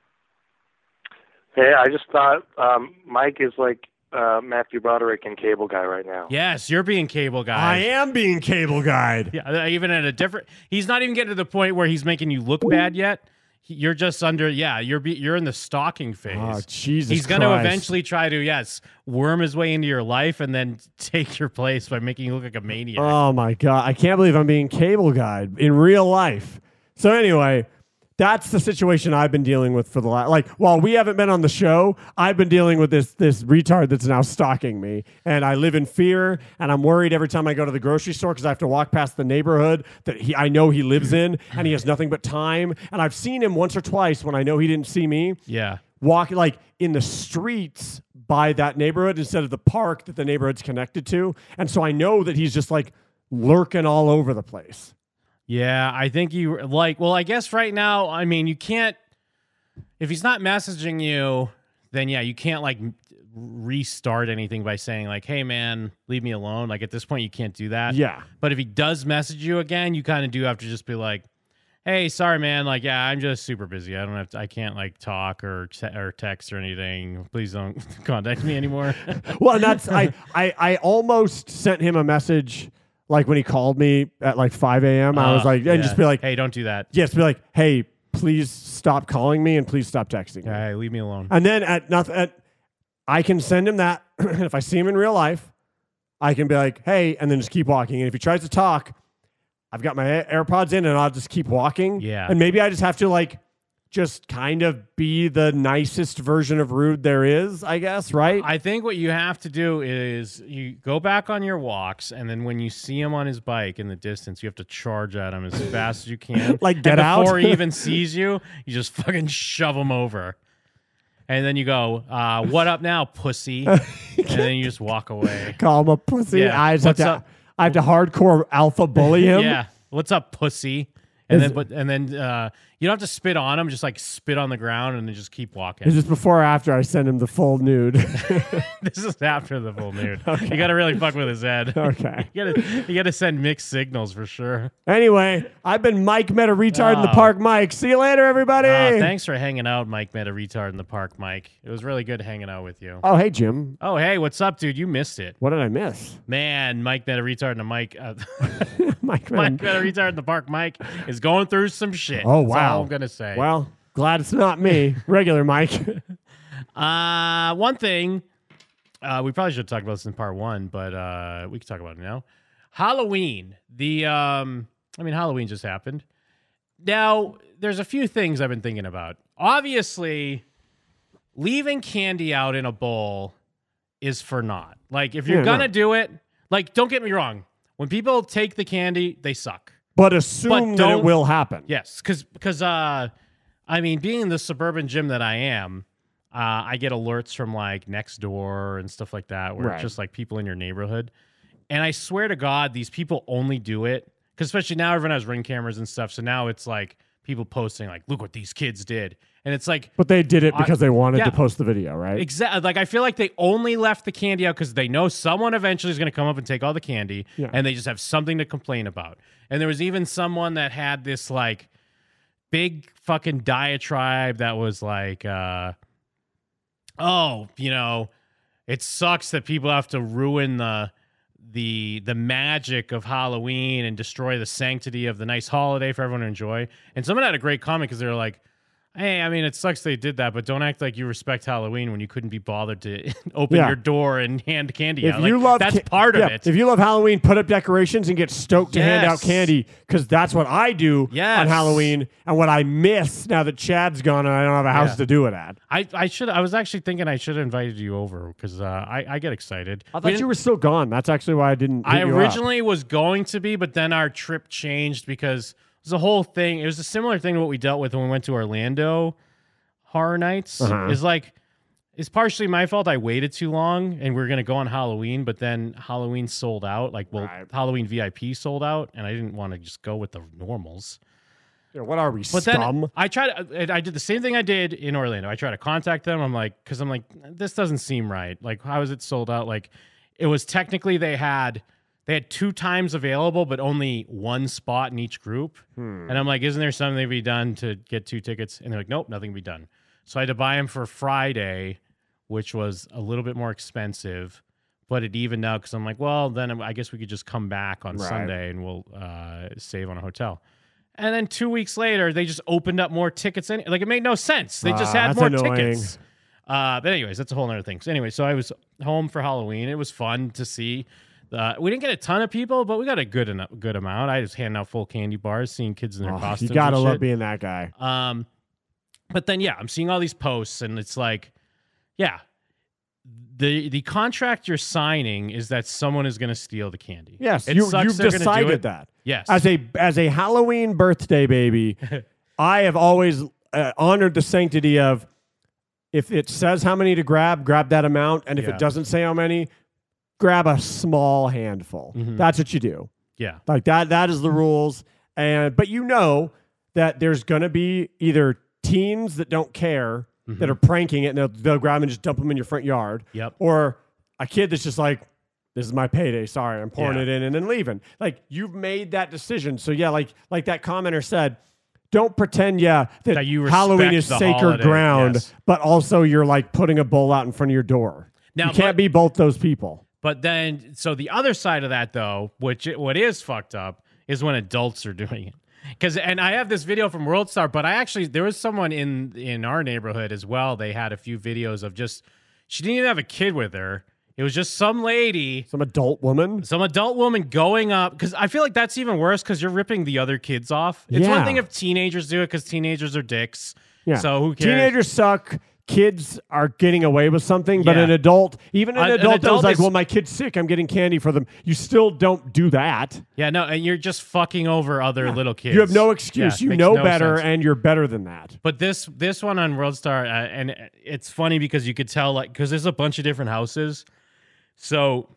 S6: Hey, I just thought um, Mike is like uh, Matthew Broderick and Cable Guy right now.
S4: Yes, you're being cable guy.
S5: I am being cable guide.
S4: Yeah, uh, even at a different. He's not even getting to the point where he's making you look bad yet. He- You're just under. Yeah, you're be, you're in the stalking phase.
S5: Oh, Jesus
S4: He's going to
S5: Christ.
S4: eventually try to yes worm his way into your life and then take your place by making you look like a maniac.
S5: Oh my god, I can't believe I'm being cable guide in real life. So anyway, that's the situation I've been dealing with for the last. Like, while we haven't been on the show, I've been dealing with this this retard that's now stalking me, and I live in fear, and I'm worried every time I go to the grocery store because I have to walk past the neighborhood that he I know he lives in, and he has nothing but time. And I've seen him once or twice when I know he didn't see me.
S4: yeah.
S5: walk like in the streets by that neighborhood instead of the park that the neighborhood's connected to. And so I know that he's just like lurking all over the place.
S4: Yeah, I think you like. Well, I guess right now, I mean, you can't. If he's not messaging you, then yeah, you can't like m- restart anything by saying like, "Hey, man, leave me alone." Like at this point, you can't do that.
S5: Yeah.
S4: But if he does message you again, you kind of do have to just be like, "Hey, sorry, man. Like, yeah, I'm just super busy. I don't have. To, I can't like talk or te- or text or anything. Please don't contact me anymore."
S5: Well, and that's I, I I almost sent him a message like when he called me at like 5 a.m. I was
S4: Uh,
S5: like, and just
S4: yeah.
S5: be like,
S4: "Hey, don't do that.
S5: yes, be like, hey, please stop calling me and please stop texting. me.
S4: Hey, leave me alone."
S5: And then at nothing, at, I can send him that. and if I see him in real life, I can be like, hey, and then just keep walking. And if he tries to talk, I've got my Air- AirPods in and I'll just keep walking.
S4: Yeah.
S5: And maybe I just have to like, just kind of be the nicest version of rude there is, I guess, right?
S4: I think what you have to do is you go back on your walks, and then when you see him on his bike in the distance, you have to charge at him as fast as you can.
S5: Like,
S4: And
S5: get out?
S4: before he even sees you. You just fucking shove him over, and then you go, uh, "What up now, pussy?" and then you just walk away.
S5: Call him a pussy.
S4: Yeah.
S5: I just have
S4: What's
S5: to,
S4: up?
S5: I have to hardcore alpha bully him.
S4: Yeah, what's up, pussy? and
S5: Is-
S4: then but and then uh, you don't have to spit on him. Just like spit on the ground and then just keep walking.
S5: Is this before or after I send him the full nude?
S4: this is after the full nude. You got to really fuck with his head.
S5: okay.
S4: you got to you got to send mixed signals for sure.
S5: Anyway, I've been Mike Meta Retard in the
S4: Oh.
S5: Park Mike. See you later, everybody.
S4: Uh, thanks for hanging out, Mike. Met a retard in the park, Mike. It was really good hanging out with you.
S5: Oh, hey, Jim.
S4: Oh, hey, what's up, dude? You missed it.
S5: What did I miss?
S4: Man, Mike met a retard in the Mike. Uh,
S5: Mike Meta.
S4: Mike met a retard in the park. Mike is going through some shit.
S5: Oh,
S4: That's
S5: wow.
S4: all I'm gonna say.
S5: Well, glad it's not me, regular Mike.
S4: Uh, one thing uh, we probably should have talked about this in part one, but uh, we can talk about it now. Halloween. The um, I mean, Halloween just happened. Now, there's a few things I've been thinking about. Obviously, leaving candy out in a bowl is for naught. Like, if you're
S5: Yeah, no.
S4: gonna do it, like, don't get me wrong. When people take the candy, they suck.
S5: but assume
S4: But
S5: that it
S4: don't-
S5: will happen.
S4: Yes, because because uh, I mean, being the suburban gym that I am, uh, I get alerts from like next door and stuff like that, where
S5: Right.
S4: it's just like people in your neighborhood. And I swear to God, these people only do it because especially now everyone has ring cameras and stuff. So now it's like people posting like, "Look what these kids did," and it's like
S5: But they did it
S4: I-
S5: because they wanted
S4: Yeah.
S5: to post the video, right?
S4: Exactly. uh, Like I feel like they only left the candy out because they know someone eventually is going to come up and take all the candy,
S5: Yeah.
S4: and they just have something to complain about. And there was even someone that had this like big fucking diatribe that was like, uh, "Oh, you know, it sucks that people have to ruin the." the the magic of Halloween and destroy the sanctity of the nice holiday for everyone to enjoy. And someone had a great comment because they were like, "Hey, I mean, it sucks they did that, but don't act like you respect Halloween when you couldn't be bothered to open
S5: Yeah.
S4: your door and hand candy
S5: If
S4: out.
S5: you
S4: Like,
S5: love
S4: that's
S5: ca-
S4: part
S5: yeah,
S4: of it.
S5: If you love Halloween, put up decorations and get stoked to hand out
S4: Yes.
S5: candy because that's what I do
S4: Yes.
S5: on Halloween and what I miss now that Chad's gone and I don't have a house
S4: Yeah.
S5: to do it at.
S4: I I should I was actually thinking I should have invited you over because uh, I I get excited.
S5: I
S4: We
S5: thought
S4: didn't-
S5: you were still gone. That's actually why I didn't.
S4: I
S5: hit you up.
S4: originally was going to be, but then our trip changed because it was a whole thing. It was a similar thing to what we dealt with when we went to Orlando Horror Nights.
S5: Uh-huh.
S4: Is like it's partially my fault. I waited too long, and we were gonna go on Halloween, but then Halloween sold out. Like, well,
S5: Right.
S4: Halloween VIP sold out, and I didn't want to just go with the normals.
S5: Yeah, what are we,
S4: But
S5: scum?
S4: then I tried. uh, I I did the same thing I did in Orlando. I tried to contact them. I'm like, because I'm like, this doesn't seem right. Like, how is it sold out? Like, it was technically they had they had two times available, but only one spot in each group.
S5: Hmm.
S4: And I'm like, isn't there something to be done to get two tickets? And they're like, nope, nothing to be done. So I had to buy them for Friday, which was a little bit more expensive, but it evened out because I'm like, well, then I guess we could just come back on
S5: Right.
S4: Sunday and we'll uh, save on a hotel. And then two weeks later, they just opened up more tickets. In like it made no sense. They just
S5: Ah,
S4: had
S5: that's
S4: more
S5: annoying.
S4: tickets. Uh, but anyways, that's a whole other thing. So anyway, so I was home for Halloween. It was fun to see. Uh, we didn't get a ton of people, but we got a good enough good amount. I was handing out full candy bars, seeing kids in their
S5: Oh,
S4: costumes.
S5: you gotta
S4: and
S5: love
S4: shit.
S5: being that guy.
S4: Um, but then yeah, I'm seeing all these posts, and it's like, yeah, the the contract you're signing is that someone is going to steal the candy.
S5: Yes,
S4: it
S5: you,
S4: sucks
S5: you've
S4: they're gonna do
S5: decided
S4: it.
S5: that.
S4: Yes,
S5: As a as a Halloween birthday baby, I have always uh, honored the sanctity of if it says how many to grab, grab that amount, and if
S4: Yeah.
S5: it doesn't say how many, grab a small handful.
S4: Mm-hmm.
S5: That's what you do.
S4: yeah,
S5: Like that that is the
S4: Mm-hmm.
S5: rules. And but you know that there's going to be either teens that don't care that are pranking it and they'll, they'll grab 'em and just dump them in your front yard.
S4: Mm-hmm. Yep.
S5: Or a kid that's just like this is my payday. Sorry, I'm pouring
S4: Yeah.
S5: it in and then leaving. Like you've made that decision. So yeah, like like that commenter said, don't pretend yeah that,
S4: That you respect
S5: Halloween is
S4: the
S5: sacred
S4: holiday,
S5: ground,
S4: yes.
S5: but also you're like putting a bowl out in front of your door.
S4: Now,
S5: you can't
S4: but-
S5: be both those people.
S4: But then, so the other side of that, though, which what is fucked up is when adults are doing it. Because, and I have this video from World Star, but I actually there was someone in in our neighborhood as well. They had a few videos of just she didn't even have a kid with her. It was just some lady,
S5: Some adult woman.
S4: some adult woman going up. Because I feel like that's even worse because you're ripping the other kids off. It's
S5: Yeah.
S4: one thing if teenagers do it because teenagers are dicks.
S5: Yeah.
S4: So who cares?
S5: Teenagers suck. Kids are getting away with something, but
S4: Yeah.
S5: an adult, even an
S4: An- an
S5: adult, that was
S4: adult
S5: like,
S4: is-
S5: "Well, my kid's sick. I'm getting candy for them." You still don't do that.
S4: Yeah, no, and you're just fucking over other little kids.
S5: You have no
S4: Yeah,
S5: excuse.
S4: it
S5: you
S4: makes
S5: know
S4: no
S5: better,
S4: sense.
S5: and you're better than that.
S4: But this this one on World Star, uh, and it's funny because you could tell like because there's a bunch of different houses, So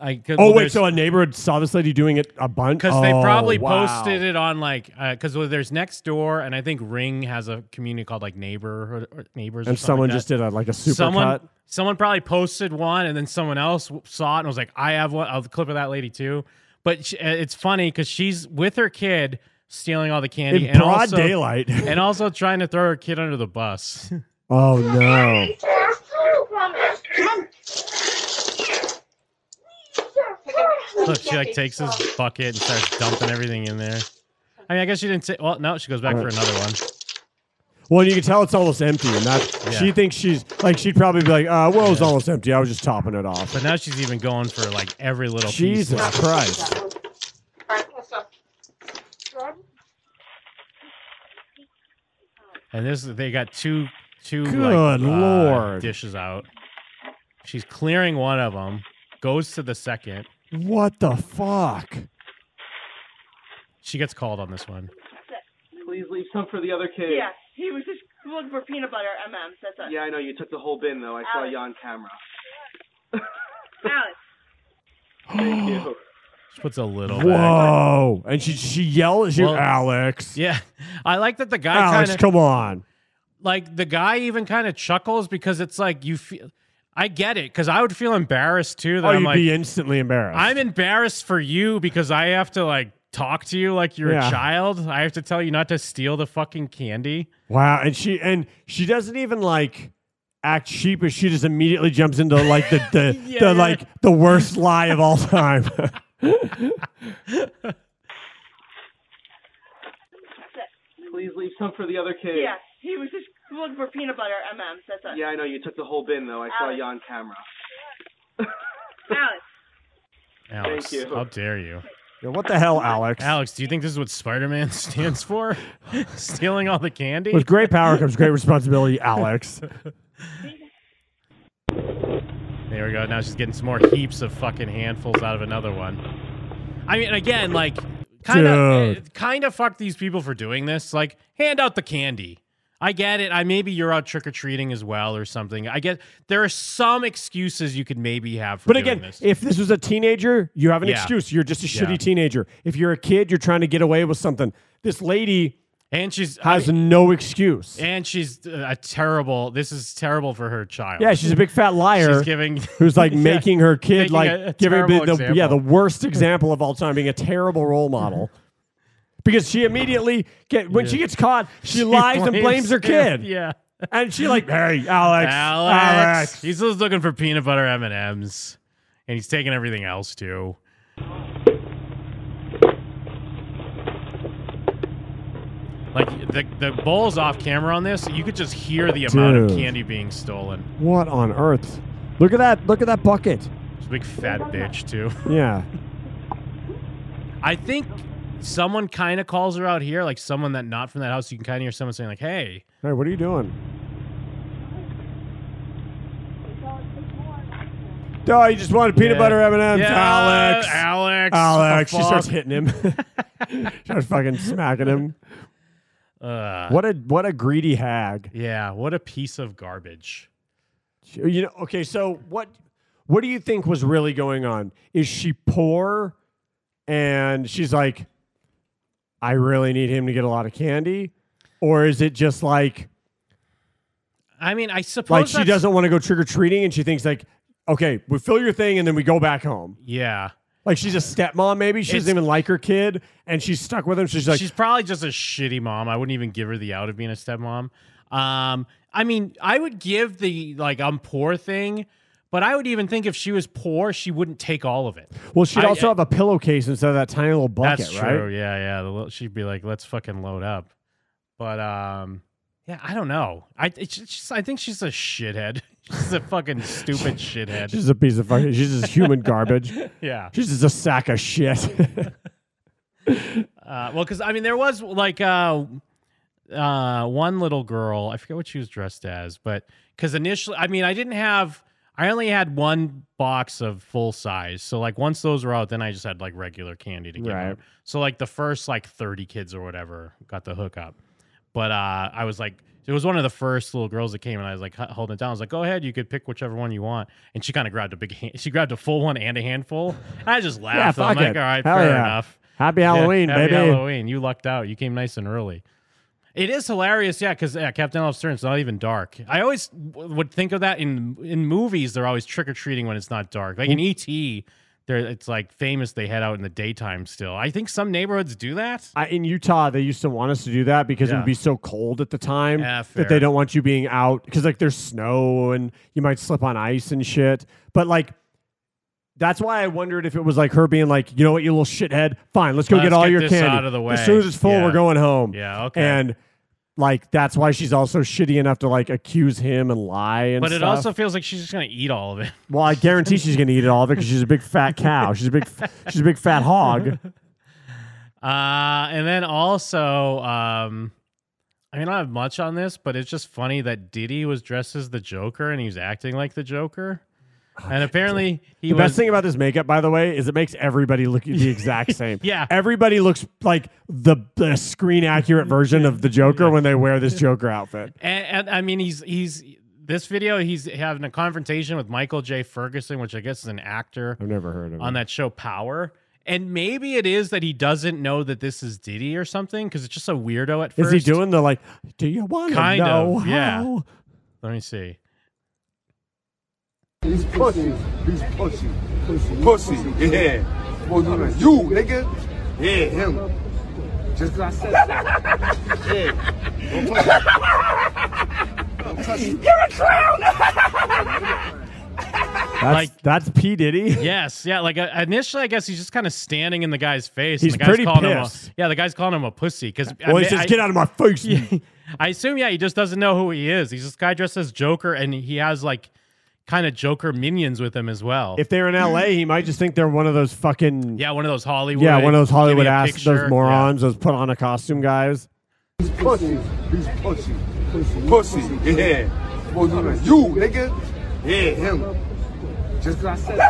S4: I cause,
S5: Oh
S4: well,
S5: wait,
S4: there's-
S5: so a neighborhood saw this lady doing it a bunch
S4: because they
S5: Oh,
S4: probably
S5: wow.
S4: posted it on like because well, there's next door and I think Ring has a community called like neighbor or, or neighbors.
S5: and
S4: or something
S5: someone
S4: like
S5: just
S4: that.
S5: did a like a super
S4: someone
S5: cut.
S4: someone probably posted one and then someone else w- saw it and was like, I have one. I'll clip of that lady too. But sh uh, it's funny because she's with her kid stealing all the
S5: in
S4: candy and
S5: broad
S4: also,
S5: daylight.
S4: and also trying to throw her kid under the bus.
S5: oh no!
S4: Look, she like takes his bucket and starts dumping everything in there. I mean, I guess she didn't say. Well, no, she goes back for another one.
S5: Well, you can tell it's almost empty, and that
S4: Yeah.
S5: she thinks she's like she'd probably be like, uh, "Well, it's almost empty. I was just topping it off."
S4: But now she's even going for like every little piece.
S5: Jesus Christ!
S4: And this they got two two like,
S5: Good
S4: uh,
S5: Lord.
S4: dishes out. She's clearing one of them, goes to the second.
S5: What the fuck?
S4: She gets called on this one.
S7: Please leave some for the other kids.
S8: Yeah, he was just looking for peanut butter M&Ms. That's it.
S7: Yeah, I know. You took the whole bin, though. I saw
S8: Alex.
S7: you on camera.
S8: Alex,
S7: Thank you.
S4: She puts a little. Back.
S5: Whoa! And she she yelled, she
S4: Well,
S5: Alex,
S4: Yeah, I like that the guy kind
S5: Alex,
S4: of
S5: come on!
S4: like the guy even kind of chuckles because it's like you feel. I get it because I would feel embarrassed too. That
S5: Oh,
S4: I'm
S5: you'd
S4: like,
S5: be instantly embarrassed.
S4: I'm embarrassed for you because I have to like talk to you like you're
S5: Yeah.
S4: a child. I have to tell you not to steal the fucking candy.
S5: Wow, and she and she doesn't even like act sheepish. She just immediately jumps into like the the,
S4: Yeah,
S5: the
S4: yeah.
S5: like the worst lie of all time.
S7: Please leave some for the other kids.
S8: yeah, he was just looking for peanut butter M&Ms. That's it.
S7: Yeah, I know. You took the whole bin, though. I saw you on camera.
S8: Alex,
S4: Alex,
S7: you.
S4: how dare you?
S5: Yeah, what the hell, Alex?
S4: Alex, do you think this is what Spider Man stands for? Stealing all the candy?
S5: With great power comes great responsibility, Alex.
S4: There we go. Now she's getting some more heaps of fucking handfuls out of another one. I mean, again, like, kind of,
S5: Dude.
S4: kind of fuck these people for doing this. Like, hand out the candy. I get it. I maybe you're out trick or treating as well or something. I get there are some excuses you could maybe have for
S5: But
S4: doing
S5: again,
S4: this.
S5: if this was a teenager, you have an
S4: Yeah.
S5: excuse. You're just a shitty
S4: Yeah.
S5: teenager. If you're a kid, you're trying to get away with something. This lady
S4: and she's I
S5: has
S4: mean,
S5: no excuse.
S4: and she's a terrible. This is terrible for her child.
S5: Yeah, she's a big fat liar
S4: she's giving
S5: who's like
S4: Yeah.
S5: making her
S4: Making
S5: kid like
S4: a- a
S5: giving her
S4: terrible
S5: the, the- yeah
S4: example.
S5: the worst example of all time, being a terrible role model. Because she immediately get when she gets caught, she, lies and blames her
S4: him.
S5: kid,
S4: Yeah.
S5: and she like, hey, Alex,
S4: Alex.
S5: Alex,
S4: He's just looking for peanut butter M and M's, and he's taking everything else too. Like the the bowl's off camera on this, you could just hear the amount of
S5: Dude.
S4: candy being stolen.
S5: what on earth? Look at that! Look at that bucket.
S4: It's a big fat bitch too.
S5: Yeah,
S4: I think someone kind of calls her out here, like someone that not from that house. You can kind of hear someone saying like, "Hey,
S5: hey, what are you doing? Oh, you just wanted peanut
S4: Yeah.
S5: butter M and M's,
S4: yeah,
S5: Alex.
S4: Alex,
S5: Alex, she
S4: fuck."
S5: starts hitting him. she starts fucking smacking him.
S4: Ugh.
S5: What a what a greedy hag.
S4: Yeah, what a piece of garbage.
S5: You know, okay, so what what do you think was really going on? Is she poor and she's like I really need him to get a lot of candy or is it just like
S4: I mean, I suppose
S5: like she
S4: that's-
S5: doesn't want to go trick or treating and she thinks like okay, we fill your thing and then we go back home.
S4: Yeah.
S5: Like she's a stepmom maybe, she
S4: It's-
S5: doesn't even like her kid and she's stuck with him. So she's like
S4: she's probably just a shitty mom. I wouldn't even give her the out of being a stepmom. Um, I mean, I would give the like I'm poor thing, but I would even think if she was poor, she wouldn't take all of it.
S5: well she'd
S4: I-
S5: also
S4: I-
S5: have a pillowcase instead of that tiny little bucket,
S4: That's
S5: right?
S4: true. Yeah, yeah. The little, she'd be like, "Let's fucking load up." But um, yeah, I don't know. I it's just, I think she's a shithead. She's a fucking stupid shithead.
S5: She's a piece of fucking she's just human garbage.
S4: Yeah.
S5: She's just a sack of shit.
S4: Uh, well, because I mean, there was like uh, uh, one little girl. I forget what she was dressed as, but because initially, I mean, I didn't have. I only had one box of full size. So like once those were out, then I just had like regular candy to give
S5: Right.
S4: out. So like the first like 30 kids or whatever got the hookup. But uh I was like It was one of the first little girls that came, and I was like h- holding it down. I was like, "Go ahead, you could pick whichever one you want." And she kind of grabbed a big, hand- she grabbed a full one and a handful. I just
S5: Yeah,
S4: laughed. I'm
S5: fuck
S4: like,
S5: it.
S4: "All right,
S5: Hell
S4: fair
S5: yeah.
S4: enough."
S5: Happy
S4: Yeah,
S5: Halloween,
S4: happy
S5: baby.
S4: Halloween. You lucked out. You came nice and early. It is hilarious, yeah, because yeah, Captain Olive Stern's not even dark. I always w- would think of that in in movies. They're always trick or treating when it's not dark. Like in
S5: Mm.
S4: ET, there it's like famous they head out in the daytime still. I think some neighborhoods do that.
S5: I, in Utah, they used to want us to do that because it
S4: Yeah.
S5: would be so cold at the time
S4: Yeah,
S5: that
S4: fair.
S5: they don't want you being out because like there's snow and you might slip on ice and shit. But like, that's why I wondered if it was like her being like, you know what, you little shithead, fine, let's go
S4: Let's
S5: get all
S4: get
S5: your
S4: this
S5: candy
S4: out of the way."
S5: As soon as it's full,
S4: Yeah.
S5: we're going home.
S4: Yeah, okay.
S5: And like that's why she's also shitty enough to like accuse him and lie and
S4: but it
S5: stuff.
S4: also feels like she's just gonna eat all of it.
S5: well, I guarantee she's gonna eat it all of it because she's a big fat cow. She's a big, f- she's a big fat hog.
S4: Uh, and then also, um, I mean, I don't have much on this, but it's just funny that Diddy was dressed as the Joker and he was acting like the Joker. And apparently, he
S5: Oh, The
S4: was.
S5: best thing about this makeup, by the way, is it makes everybody look the exact same.
S4: Yeah.
S5: everybody looks like the, the screen accurate version of the Joker when they wear this Joker outfit.
S4: and, and I mean, he's he's this video. He's having a confrontation with Michael J. Ferguson, which I guess is an actor
S5: I've never heard of
S4: on
S5: it.
S4: that show Power. And maybe it is that he doesn't know that this is Diddy or something because it's just a weirdo at
S5: Is
S4: first.
S5: he doing the like? Do you want to
S4: Kind of,
S5: know
S4: yeah.
S5: how?
S4: Let me see.
S9: He's pussy. He's pussy. Pussy. Yeah. Well, you, know, you, nigga. Yeah. Him. Just 'cause I said so. yeah. Don't touch it. Don't touch it.
S5: That's
S4: Like-
S5: that's P Diddy.
S4: Yes, yeah. Like uh, initially, I guess he's just kind of standing in the guy's face.
S5: He's
S4: and the guy's
S5: pretty
S4: calling him a,
S5: pissed.
S4: Yeah, the guy's calling him a pussy because
S5: well, he says, "Get out of my face." you
S4: I assume, yeah, he just doesn't know who he is. He's this guy dressed as Joker, and he has like kind of Joker minions with him as well.
S5: If they're in L.A., he might just think they're one of those fucking
S4: yeah, one of those Hollywood.
S5: yeah, one of those
S4: give me
S5: Hollywood
S4: a
S5: ass
S4: picture.
S5: those
S4: Yeah.
S5: morons, those put on a costume guys.
S9: He's pussy. He's pussy. Pussy. Yeah. Well, you, know, you, nigga. Yeah. Him. Just 'cause I said so.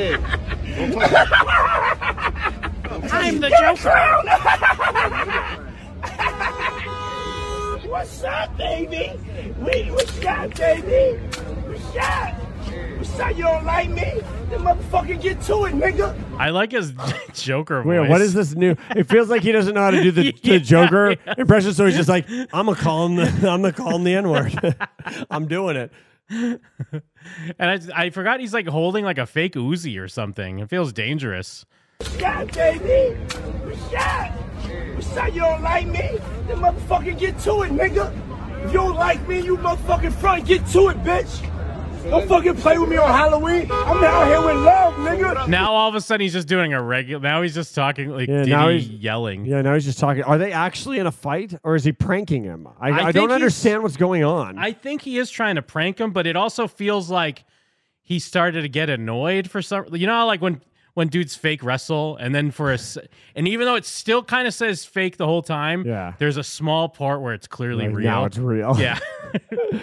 S9: yeah. Don't touch it.
S4: I'm the Joker.
S3: What's up, baby? We, what's up, baby? What's up? What's up? You don't like me? Then motherfucker get to it, nigga.
S4: I like his Joker voice.
S5: Wait, what is this new? It feels like he doesn't know how to do the,
S4: Yeah,
S5: the Joker impression, so he's just like, "I'm gonna call him. The, I'm gonna call him the N word. I'm doing it."
S4: And I, I forgot he's like holding like a fake Uzi or something. It feels dangerous.
S3: What's up, baby? What's up? What's up? You don't like me? Then motherfucker get to it, nigga. If you don't like me, you motherfucking front. Get to it, bitch. Don't fucking play with me on Halloween. I'm out here with love, nigga.
S4: Now all of a sudden he's just doing a regular. Now he's just talking like
S5: Yeah,
S4: Diddy
S5: now he's-
S4: yelling.
S5: Yeah, now he's just talking. Are they actually in a fight, or is he pranking him? I,
S4: I
S5: I,
S4: think
S5: don't
S4: he's-
S5: understand what's going on.
S4: I think he is trying to prank him, but it also feels like he started to get annoyed for some. You know, how, like when when dudes fake wrestle, and then for a, s- and even though it still kind of says fake the whole time,
S5: Yeah.
S4: there's a small part where it's clearly
S5: Like,
S4: real.
S5: now it's real.
S4: yeah,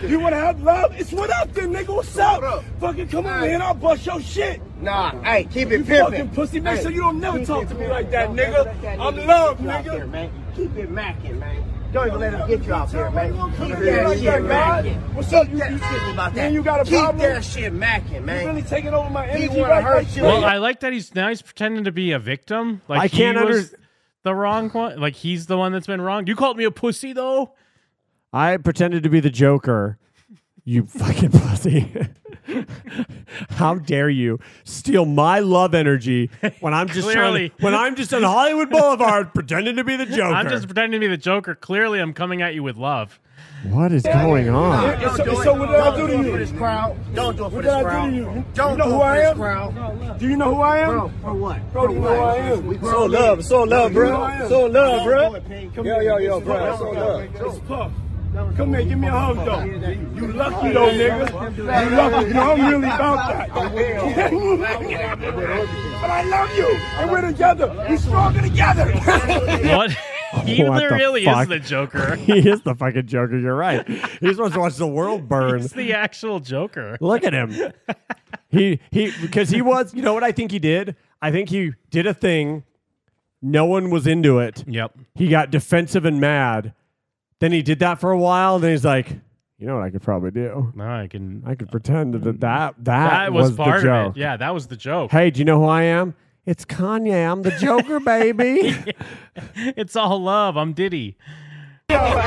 S3: You wanna have love? It's what up, then, nigga. What's up? Fucking come over here and I'll bust your shit.
S9: Nah, hey, keep it
S3: Fucking
S9: pimping.
S3: pussy. Make
S9: Hey,
S3: sure you don't never
S9: keep
S3: talk
S9: it
S3: to me
S9: pimpin'.
S3: like that,
S9: Don't
S3: nigga.
S9: ever let that
S3: I'm
S9: nigga
S3: love,
S9: get you out there,
S3: nigga.
S9: man. Keep it macking, man. Don't even let him get you out there, man.
S3: Keep
S9: Keep
S3: that
S9: that
S3: shit
S9: shit
S3: macking.
S9: macking.
S3: What's up, you-
S9: Keep
S3: you-
S9: that shit about
S3: Man,
S9: that.
S3: you got a
S9: Keep
S3: problem?
S9: that shit macking,
S3: You
S9: man.
S3: really taking over my energy
S9: wanna
S3: right,
S9: hurt
S3: like
S9: you.
S3: that?
S4: well, I like that he's now he's pretending to be a victim. Like
S5: I
S4: he
S5: can't
S4: was
S5: under-
S4: the wrong one. Like he's the one that's been wronged. You called me a pussy though.
S5: I pretended to be the Joker. You fucking pussy. How dare you steal my love energy when I'm just trying,
S4: Clearly.
S5: to- when I'm just on Hollywood Boulevard pretending to be the Joker?
S4: I'm just pretending to be the Joker. Clearly, I'm coming at you with love.
S5: what is going on?
S3: Yeah, so- so what did I do to
S9: Don't
S3: you?
S9: it for this crowd. Don't do it for
S3: What
S9: this
S3: did I do to
S9: crowd.
S3: you? You
S9: Don't
S3: know
S9: do
S3: who
S9: it for
S3: I
S9: this
S3: am?
S9: crowd.
S3: Do you know who I am?
S9: Bro, for what?
S3: Bro, you know who I am.
S9: We
S3: It's
S9: grown
S3: all
S9: men.
S3: love. It's all love,
S9: You know
S3: bro.
S9: who I am.
S3: It's all love, bro.
S9: Don't do it, P.
S3: Come
S9: Yo,
S3: here,
S9: yo,
S3: give
S9: yo,
S3: me
S9: bro.
S3: some
S9: It's all
S3: love.
S9: love.
S3: It's Puff. Come here, give me a hug, though. You lucky, though, nigga. You
S9: Hey,
S3: lucky. You know, I'm really about
S9: I will.
S3: that. But I love you, and we're together. We're stronger together.
S4: What? he
S5: What the
S4: really
S5: fuck?
S4: is the Joker.
S5: he is the fucking Joker. You're right. He's supposed to watch the world burn.
S4: He's the actual Joker.
S5: Look at him. He he because he was. You know what I think he did? I think he did a thing. No one was into it.
S4: Yep.
S5: He got defensive and mad. Then he did that for a while. Then he's like, you know what I could probably do?
S4: No, I can.
S5: I could pretend that that that,
S4: Mm. That was, part
S5: the joke.
S4: of it. Yeah, that was the joke.
S5: Hey, do you know who I am? It's Kanye. I'm the Joker, baby.
S4: it's all love. I'm Diddy.
S10: You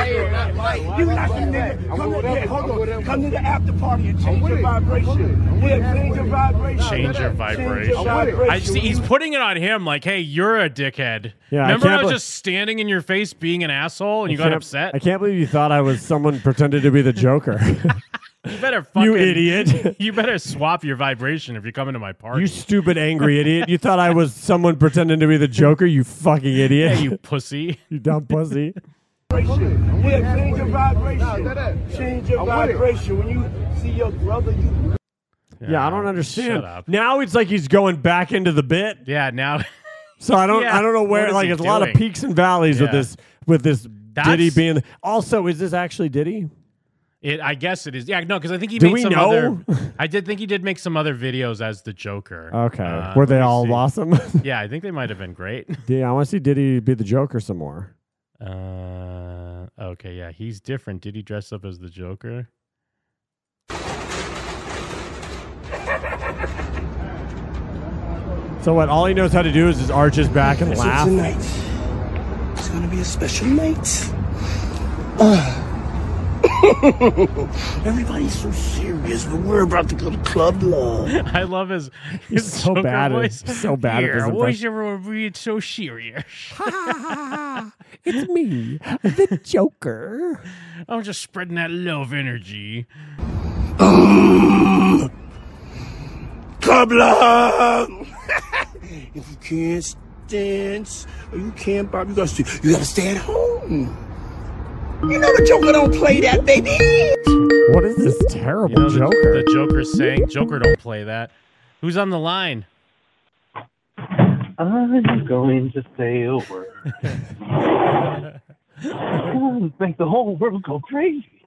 S10: like a nigga. Come to, yeah, hold on. Come to the after party and change your vibration. Yeah, change your vibration.
S4: Change your vibration. I see. He's putting it on him. Like, hey, you're a dickhead.
S5: Yeah, I
S4: Remember,
S5: can't
S4: I was
S5: bel-
S4: just standing in your face, being an asshole, and you got
S5: can't-
S4: upset.
S5: I can't believe you thought I was someone pretended to be the Joker.
S4: You better fucking
S5: idiot.
S4: you better swap your vibration if you're coming to my party.
S5: you stupid, angry idiot. You thought I was someone pretending to be the Joker. You fucking idiot.
S4: Yeah, you pussy.
S5: you dumb pussy.
S10: Yeah, change your vibration. Change your vibration. When you see your brother, you
S5: Yeah, I don't understand.
S4: shut up.
S5: Now it's like he's going back into the bit.
S4: Yeah, now
S5: So I don't
S4: Yeah.
S5: I don't know
S4: What
S5: where
S4: is
S5: like
S4: he
S5: it's a lot of
S4: doing?
S5: peaks and valleys with
S4: Yeah.
S5: this with this Diddy
S4: That's-
S5: being also is this actually Diddy?
S4: it. I guess it is. Yeah, no, because I think he
S5: Do
S4: made
S5: we
S4: some
S5: know?
S4: other. I did think he did make some other videos as the Joker.
S5: Okay.
S4: Uh,
S5: Were
S4: let
S5: they
S4: me
S5: all
S4: see.
S5: awesome?
S4: Yeah, I think they might have been great.
S5: yeah, I want to see Diddy be the Joker some more.
S4: Uh, okay, yeah, he's different. Did he dress up as the Joker?
S5: So what all he knows how to do is just arch his back and
S10: So
S5: laugh.
S10: tonight, it's gonna be a special night. Ah. Everybody's so serious, but we're about to go to Club Love.
S4: I love his.
S5: He's
S4: his
S5: so
S4: Joker
S5: bad at-
S4: voice.
S5: so bad at
S4: Here,
S5: his
S4: why is
S5: impression.
S4: everyone being so serious?
S5: it's me, the Joker.
S4: I'm just spreading that love energy.
S10: Club Love! if you can't dance, or you can't bob, you gotta stay, you gotta stay at home. You know the Joker don't play that, baby!
S5: What is this terrible
S4: You know, the,
S5: Joker?
S4: the Joker's saying, Joker, don't play that. Who's on the line?
S11: I'm going to stay over. make the whole world go crazy.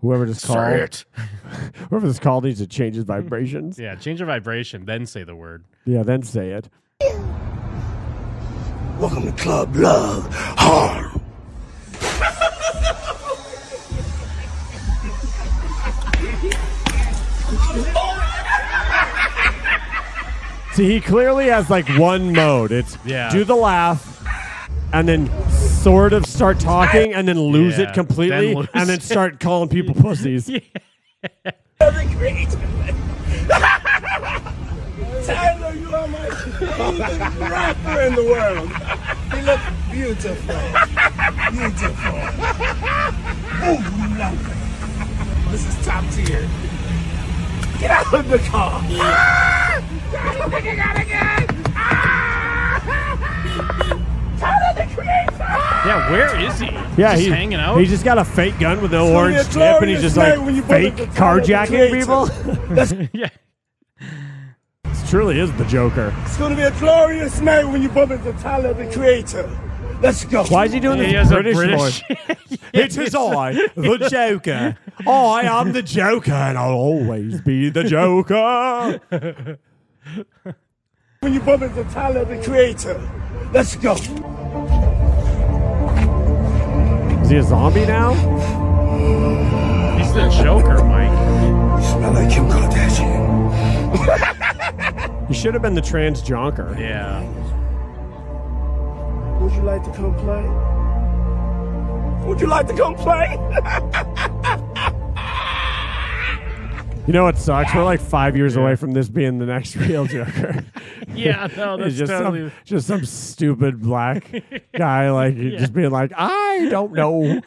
S5: Whoever just called,
S11: Sorry.
S5: whoever just called needs to change his vibrations.
S4: Yeah, change your vibration, then say the word.
S5: Yeah, then say it.
S10: Welcome to Club Love. Hard.
S5: See, he clearly has like one mode. It's
S4: Yeah.
S5: do the laugh, and then sort of start talking, and then lose
S4: Yeah,
S5: it completely,
S4: then lose
S5: and then
S4: it.
S5: start calling people pussies.
S10: Tyler, you are my favorite rapper in the world. You look beautiful. Beautiful. Oh, you like it. This is top tier. Get out of the car.
S4: Yeah, where is he?
S5: Yeah,
S4: just
S5: he-
S4: hanging out.
S5: He just got a fake gun with no
S4: It's gonna be
S5: orange
S4: a
S5: tip, and he's
S4: glorious
S5: just
S4: night
S5: like
S4: when you
S5: fake
S4: put the
S5: carjacking
S4: Terminator.
S5: people.
S4: yeah,
S5: it truly is the Joker.
S10: It's gonna be a glorious night when you bump into Tyler, the creator. Let's go.
S5: Why is he doing
S4: He
S5: this
S4: has a
S5: British,
S4: British-
S5: voice? it is I, the Joker. I am the Joker, and I'll always be the Joker.
S10: When you bump into Tyler, the creator. Let's go.
S5: Is he a zombie now?
S4: he's the Joker, Mike.
S10: You smell like Kim Kardashian.
S5: He should have been the trans Jonker.
S4: Yeah,
S10: Would you like to come play? Would you like to come play?
S5: You know what sucks? We're like five years away from this being the next real Joker.
S4: yeah. No, that's
S5: it's just
S4: totally.
S5: some just some stupid black guy like just being like, I don't know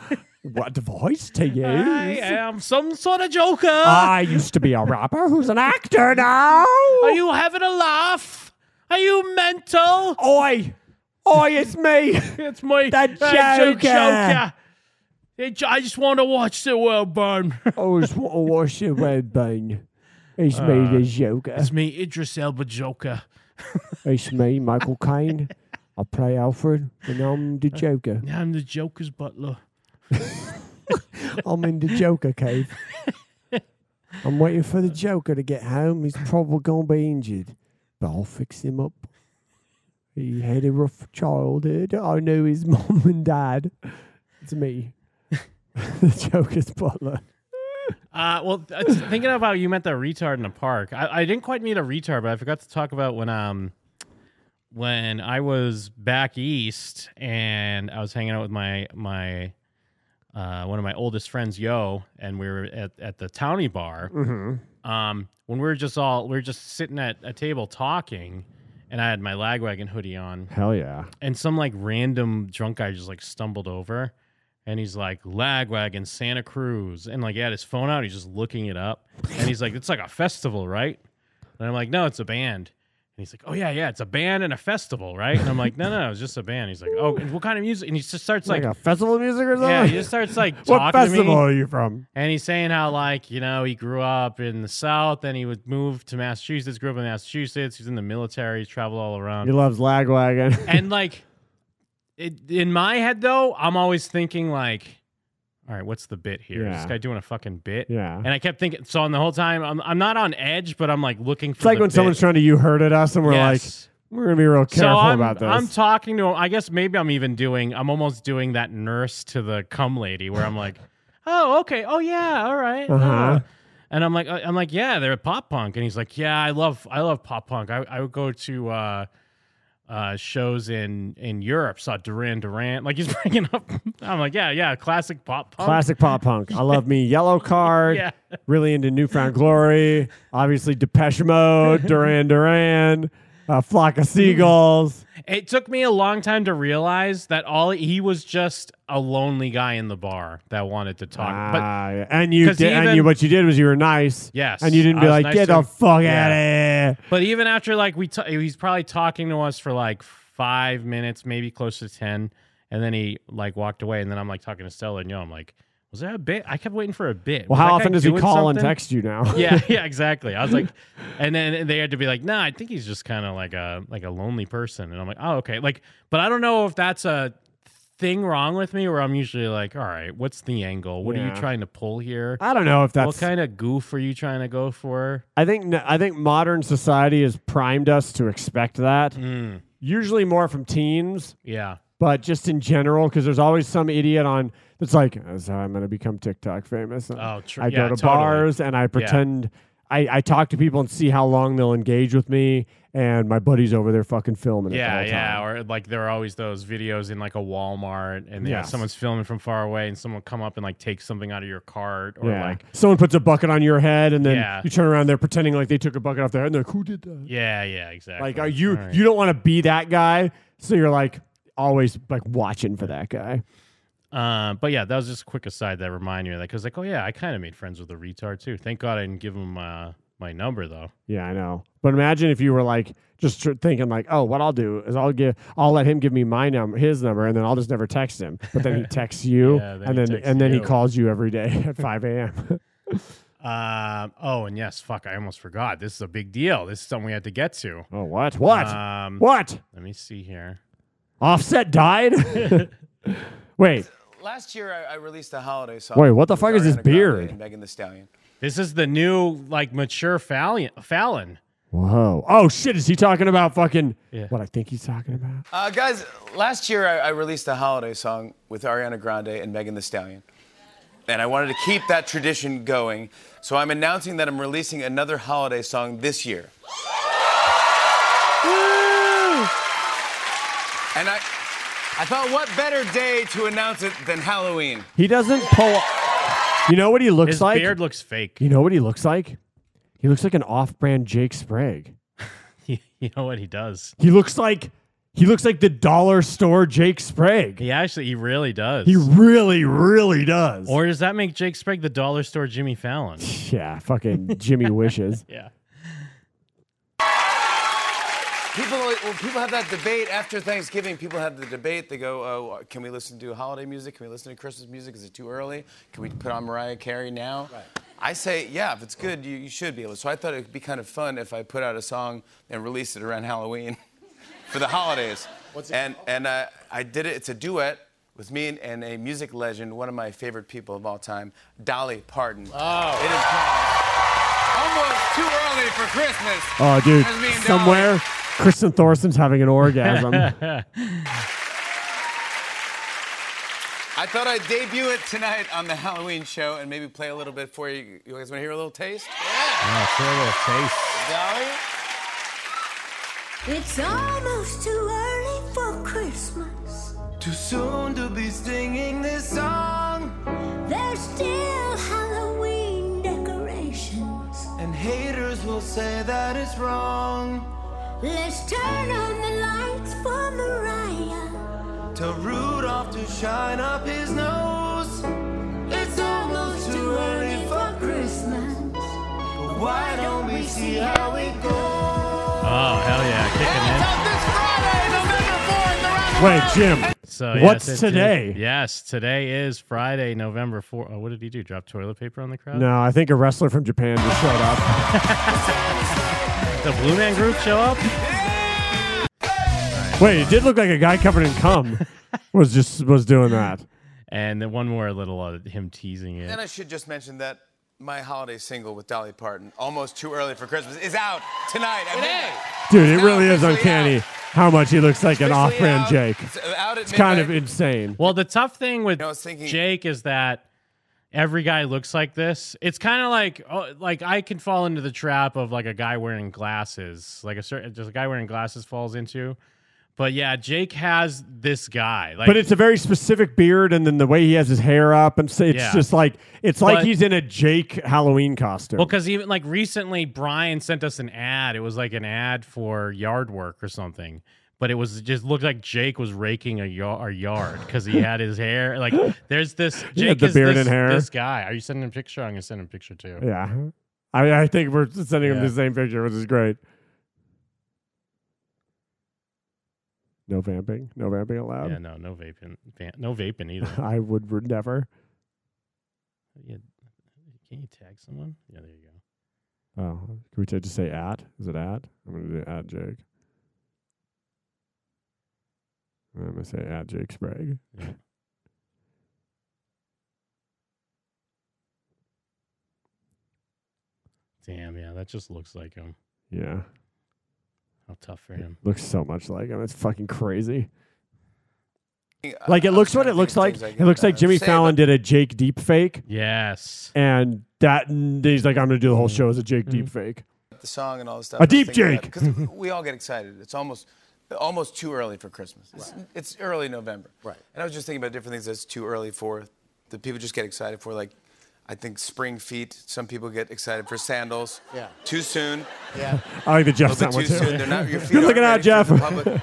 S5: what voice to use.
S4: I uh, am some sort of Joker.
S5: I used to be a rapper who's an actor now.
S4: Are you having a laugh? Are you mental?
S5: Oi, oi, it's me.
S4: It's my
S5: The
S4: Joker.
S5: Joker.
S4: It- I just want to watch the world burn.
S5: Always want to wash your red bone. It's me, the Joker.
S4: Uh, it's me, Idris Elba Joker.
S5: It's me, Michael Caine. I play Alfred, and I'm the Joker.
S4: I'm the Joker's butler.
S5: I'm in the Joker cave. I'm waiting for the Joker to get home. He's probably going to be injured, but I'll fix him up.
S12: He had a rough childhood. I know his mom and dad. It's me, the Joker's butler.
S4: Uh, well, th- it's- thinking about you meant the retard in the park. I, I didn't quite meet a retard, but I forgot to talk about when um when I was back east and I was hanging out with my my uh, one of my oldest friends, Yo, and we were at, at the Towny Bar.
S5: Mhm.
S4: Um, when we were just all we were just sitting at a table talking, and I had my Lagwagon hoodie on,
S5: Hell yeah.
S4: and some like random drunk guy just like stumbled over and he's like lagwagon santa cruz and like he had his phone out he's just looking it up and he's like it's like a festival right and i'm like no it's a band and he's like oh yeah yeah it's a band and a festival right and i'm like no no, no it's just a band he's like oh and what kind of music and he just starts
S5: It's
S4: like
S5: like, a festival music or something?
S4: yeah, he just starts like talking
S5: what
S4: to me.
S5: festival are you from?
S4: And he's saying how like you know he grew up in the South, then he would move to Massachusetts, grew up in Massachusetts. He's in the military, he's traveled all around
S5: He loves Lagwagon.
S4: and like it, in my head though i'm always thinking like all right what's the bit here Is this
S5: Yeah.
S4: guy doing a fucking bit
S5: Yeah.
S4: and i kept thinking so on the whole time i'm, I'm not on edge but i'm like looking for
S5: It's like
S4: the
S5: when
S4: bit.
S5: someone's trying to you hurt at us and we're
S4: Yes.
S5: like, we're going to be real
S4: so
S5: careful
S4: I'm,
S5: about this.
S4: I'm talking to him i guess maybe i'm even doing i'm almost doing that nurse to the cum lady where i'm like oh okay oh yeah all right Uh,
S5: Uh-huh.
S4: and i'm like i'm like yeah they're pop punk and he's like yeah i love i love pop punk i, I would go to uh uh, shows in in Europe saw Duran Duran like he's bringing up. I'm like, yeah, yeah, classic pop punk.
S5: Classic pop punk. I love me Yellow Card.
S4: Um, Yeah.
S5: Really into Newfound Glory. Obviously Depeche Mode, Duran Duran, uh, Flock
S4: Hmm.
S5: of Seagulls.
S4: It took me a long time to realize that all he was just a lonely guy in the bar that wanted to talk.
S5: Ah, yeah. and you
S4: 'cause
S5: did, and you
S4: even-
S5: what you did was you were nice.
S4: Yes,
S5: And you didn't
S4: I
S5: be
S4: was
S5: like,
S4: nice
S5: get
S4: to
S5: the
S4: him."
S5: fuck
S4: Yeah.
S5: out of here.
S4: But even after like we, t- he's probably talking to us for like five minutes, maybe close to ten, and then he like walked away. And then I'm like talking to Stella, and yo, I'm like, was there a bit? I kept waiting for a bit.
S5: Well,
S4: Was
S5: how
S4: that
S5: often
S4: guy
S5: does he
S4: doing
S5: call and
S4: something?
S5: text you now?
S4: yeah, yeah, exactly. I was like, and then they had to be like, nah, I think he's just kind of like a like a lonely person. And I'm like, oh, okay. Like, but I don't know if that's a thing wrong with me, where I'm usually like, all right, what's the angle? What are
S5: Yeah.
S4: you trying to pull here?
S5: I don't know if
S4: what
S5: that's-
S4: kind of goof are you trying to go for?
S5: I think I think modern society has primed us to expect that.
S4: Hmm.
S5: Usually more from teens,
S4: Yeah.
S5: but just in general, because there's always some idiot on that's like, "That's how I'm going to become TikTok famous."
S4: Oh, tr-
S5: I
S4: yeah,
S5: go to
S4: totally.
S5: bars and I
S4: Yeah.
S5: pretend. I, I talk to people and see how long they'll engage with me, and my buddy's over there fucking filming it. the
S4: Yeah,
S5: whole time.
S4: yeah. Or like there are always those videos in like a Walmart and they
S5: Yes.
S4: someone's filming from far away and someone will come up and like take something out of your cart or
S5: yeah.
S4: like
S5: Someone puts a bucket on your head, and then
S4: Yeah.
S5: you turn around there pretending like they took a bucket off their head, and they're like, "Who did that?"
S4: Yeah, yeah, exactly.
S5: Like, are you
S4: All right.
S5: you don't want to be that guy, so you're like always like watching for that guy.
S4: Uh, but yeah, that was just a quick aside that reminded me of that because like, oh yeah, I kind of made friends with a retard too. Thank God I didn't give him uh, my number though.
S5: Yeah, I know. But imagine if you were like just tr- thinking like, oh, what I'll do is I'll give I'll let him give me my number, his number, and then I'll just never text him. But then he texts you,
S4: Yeah, then
S5: and
S4: he
S5: then
S4: texts
S5: and then he
S4: you.
S5: calls you every day at five a.m.
S4: Um, oh, and yes, fuck, I almost forgot. This is a big deal. This is something we had to get to.
S5: oh, what? What?
S4: Um,
S5: what?
S4: Let me see here.
S5: Offset died. Wait,
S13: Last year, I, I released a holiday song.
S5: Wait, what the
S13: with
S5: fuck is this
S13: Ariana Grande
S5: beard?
S13: and Megan the Stallion.
S4: This is the new like mature Fallon. Fallon.
S5: whoa! Oh shit! Is he talking about fucking what I think he's talking about?
S13: Uh, guys, last year I, I released a holiday song with Ariana Grande and Megan the Stallion. And I wanted to keep that tradition going, so I'm announcing that I'm releasing another holiday song this year.
S4: Ah!
S13: And I, I thought, what better day to announce it than Halloween?
S5: He doesn't pull. You know what he looks
S13: His
S5: like?
S13: beard
S4: looks fake.
S5: You know what he looks like? He looks like an off-brand Jake Sprague.
S4: You know what he does?
S5: He looks like he looks like the dollar store Jake Sprague.
S4: He actually, he really does.
S5: He really, really does.
S4: Or does that make Jake Sprague the dollar store Jimmy Fallon?
S5: Yeah, fucking Jimmy wishes.
S4: yeah.
S13: People, well, people have that debate after Thanksgiving. People have the debate. They go, "Oh, can we listen to holiday music? Can we listen to Christmas music? Is it too early? Can we put on Mariah Carey now?" I say, "Yeah, if it's good, you, you should be able." to. So I thought it'd be kind of fun if I put out a song and released it around Halloween for the holidays. What's it and and uh, I did it. It's a duet with me and, and a music legend, one of my favorite people of all time, Dolly Parton. Oh. It is called Almost Too Early for Christmas.
S5: Oh, dude.
S13: There's me and Dolly.
S5: Somewhere, Kristen Thorson's having an orgasm.
S3: I thought I'd debut it tonight on the Halloween show and maybe play a little bit for you. You guys want to hear a little taste?
S4: Yeah, Oh, sure will taste.
S3: Dolly?
S14: It's almost too early for Christmas.
S2: Too soon to be singing this song,
S14: There's still Halloween decorations.
S2: and haters will say that it's wrong
S14: Let's turn on the lights for Mariah.
S2: to Rudolph to shine up his nose. It's almost too early for Christmas, but why don't we see how it goes?
S4: Oh hell yeah, kicking
S5: Wait, Jim.
S4: in. So
S5: what's
S4: yes, it did.
S5: today?
S4: Yes, today is Friday, November 4th. Oh, what did he do? Drop toilet paper on the crowd?
S5: No, I think a wrestler from Japan just showed up.
S4: The Blue Man Group show up?
S5: Wait, it did look like a guy covered in cum was just was doing that.
S4: And then one more little uh, him teasing it.
S3: And I should just mention that my holiday single with Dolly Parton, Almost Too Early for Christmas, is out tonight. At midnight.
S5: Dude, it really is uncanny how much he looks like an off-brand
S3: out.
S5: Jake.
S3: It's out at
S5: It's kind of
S3: midnight.
S5: insane.
S4: Well, the tough thing with Jake is that every guy looks like this. It's kind of like oh, like I can fall into the trap of like a guy wearing glasses, like a certain just a guy wearing glasses falls into. But yeah, Jake has this guy. Like,
S5: but it's a very specific beard, and then the way he has his hair up, and so it's
S4: Yeah.
S5: just like it's like
S4: But-
S5: he's in a Jake Halloween costume.
S4: Well, because even like recently, Brian sent us an ad. It was like an ad for yard work or something. But it was it just looked like Jake was raking a, ya- a yard because he had his hair. Like there's this Jake
S5: He had the
S4: is
S5: beard
S4: this,
S5: and hair.
S4: This guy. Are you sending a picture? I'm gonna send him a picture too.
S5: yeah, I, I think we're sending him
S4: Yeah.
S5: the same picture, which is great. No vamping, no vamping allowed.
S4: Yeah, no, no vaping, van- no vaping either.
S5: I would re- never.
S4: Yeah, Can you tag someone? Yeah, there you go.
S5: Oh, can we t- just say at? Is it at? I'm gonna do at Jake. I'm gonna say at Jake Sprague.
S4: Damn, yeah, that just looks like him.
S5: Yeah,
S4: How tough for him.
S5: looks so much like him. It's fucking crazy.
S3: Yeah,
S5: Like it
S3: I'm
S5: looks
S3: trying
S5: what
S3: to
S5: it
S3: think
S5: looks
S3: of
S5: like.
S3: things I
S5: It
S3: can,
S5: looks like
S3: uh,
S5: Jimmy
S3: say,
S5: Fallon did a Jake deep fake,
S4: Yes.
S5: and that and he's like, I'm gonna do the whole show as a Jake deep fake.
S3: but The song and all this stuff.
S5: A deep Jake.
S3: Because we all get excited. It's almost almost too early for Christmas. It's, it's early November. Right. And I was just thinking about different things that's too early for that people just get excited for. Like, I think spring feet. Some people get excited for sandals. Yeah. Too soon. Yeah.
S5: I like the Jeff
S3: A little
S5: sound one
S3: bit too
S5: too.
S3: soon. They're not your feet.
S5: Good looking
S3: aren't
S5: out,
S3: ready for
S5: Jeff.
S3: the public.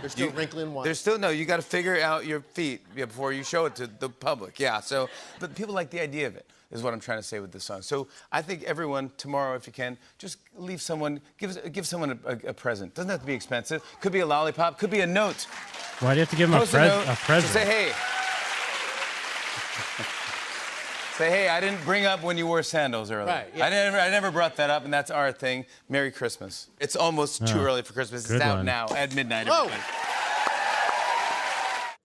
S6: They're still wrinkling one.
S3: There's still no. You got to figure out your feet yeah, before you show it to the public. Yeah. So, but people like the idea of it. Is what I'm trying to say with this song. So I think everyone tomorrow, if you can, just leave someone, give give someone a, a, a present. Doesn't have to be expensive. Could be a lollipop. Could be a note.
S4: Why do you have to give him a,
S3: Post a
S4: pres-
S3: note
S4: a
S3: to
S4: present?
S3: Say hey. Say hey. I didn't bring up when you wore sandals earlier.
S6: Right, yeah.
S3: I never, I never brought that up, and that's our thing. Merry Christmas. It's almost too
S4: Oh,
S3: early for Christmas.
S4: good
S3: It's out
S4: one.
S3: now at midnight.
S6: Whoa.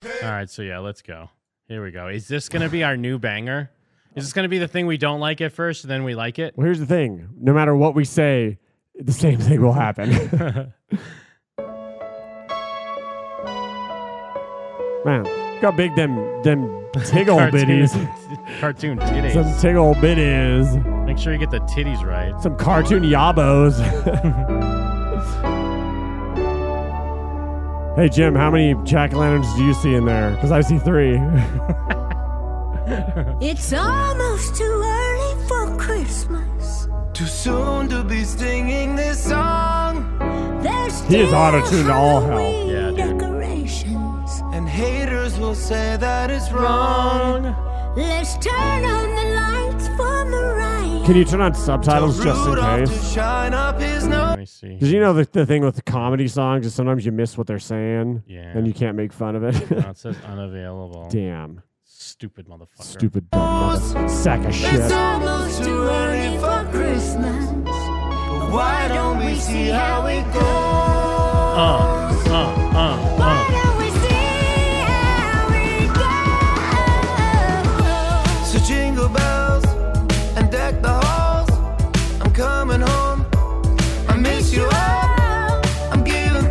S3: everybody.
S4: All right, so yeah, let's go. Here we go. Is this gonna be our new banger? Is this gonna be the thing we don't like at first and then we like it?
S5: Well, here's the thing. No matter what we say, the same thing will happen. Man, look how big them them tiggle
S4: Cartoon-
S5: bitties.
S4: Cartoon
S5: Some
S4: titties.
S5: tiggle bitties.
S4: Make sure you get the titties right.
S5: Some cartoon yabos. hey Jim, how many jack o' lanterns do you see in there? Because I see three.
S14: It's almost too early for Christmas.
S2: Too soon to be singing this song,
S14: There's
S5: he is
S14: still
S5: auto tuned to all hell.
S4: Yeah, dude.
S14: decorations.
S2: and haters will say that it's wrong.
S14: Let's turn on the lights for Mariah.
S5: Can you turn on subtitles just in
S2: Rudolph to
S5: case?
S2: shine up his nose.
S4: Let me see.
S5: Because you know the, the thing with comedy songs is sometimes you miss what they're saying,
S4: Yeah.
S5: and you can't make fun of
S4: No, it
S5: it.
S4: says unavailable.
S5: Damn,
S4: Stupid motherfucker.
S5: stupid dumb mother- sack of shit.
S14: It's almost too early for Christmas. But
S2: Why don't we see how it goes?
S4: Uh, uh, uh, uh.
S14: don't we see how it goes?
S2: So jingle bells and deck the halls. I'm coming home. I miss you all. I'm giving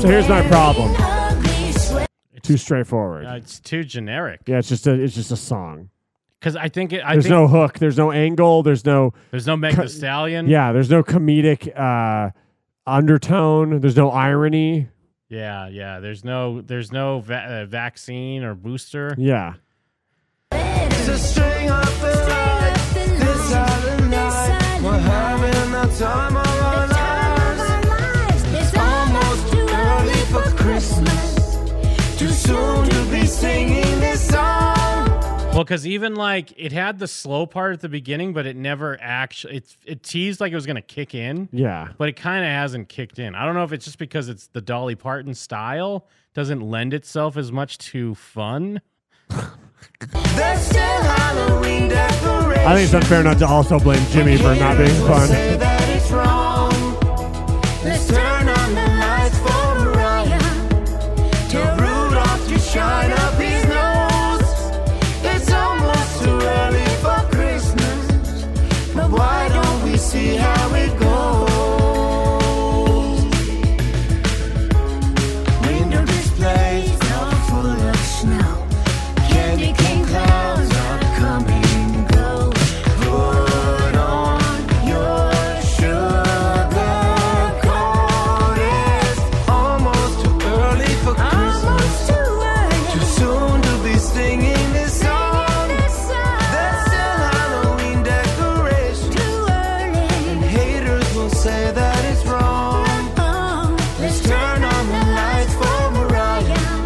S5: So here's my problem. Too straightforward.
S4: Uh, it's too generic.
S5: Yeah, it's just a it's just a song.
S4: Because I think it, I
S5: there's
S4: think
S5: no hook. There's no angle. There's no.
S4: There's no Meg
S5: co-
S4: the Stallion.
S5: Yeah. There's no comedic uh, undertone. There's no irony.
S4: yeah, yeah. There's no there's no va- uh, vaccine or booster.
S5: Yeah.
S3: It's a string of the night. This island night. We're having the time of our lives. It's almost too early for Christmas. Too soon to be singing this song.
S4: Well, because even like it had the slow part at the beginning, but it never actually it it teased like it was gonna kick in.
S5: Yeah.
S4: but it kind of hasn't kicked in. I don't know if it's just because it's the Dolly Parton style doesn't lend itself as much to fun.
S3: There's still Halloween decorations.
S5: I think it's unfair not to also blame Jimmy for not being
S3: Say
S5: fun.
S3: that it's wrong. Let's turn on the lights for Mariah. Tell Rudolph to shine up his nose. It's almost too early for Christmas. But why don't we see how it goes? Window displays are full of snow. Candy cane clouds are coming and go. Put on your sugar coat. It's almost too early for Christmas. Too soon to be singing this song. There's still Halloween decorations. And haters will say that it's wrong. Let's turn on the lights for Mariah.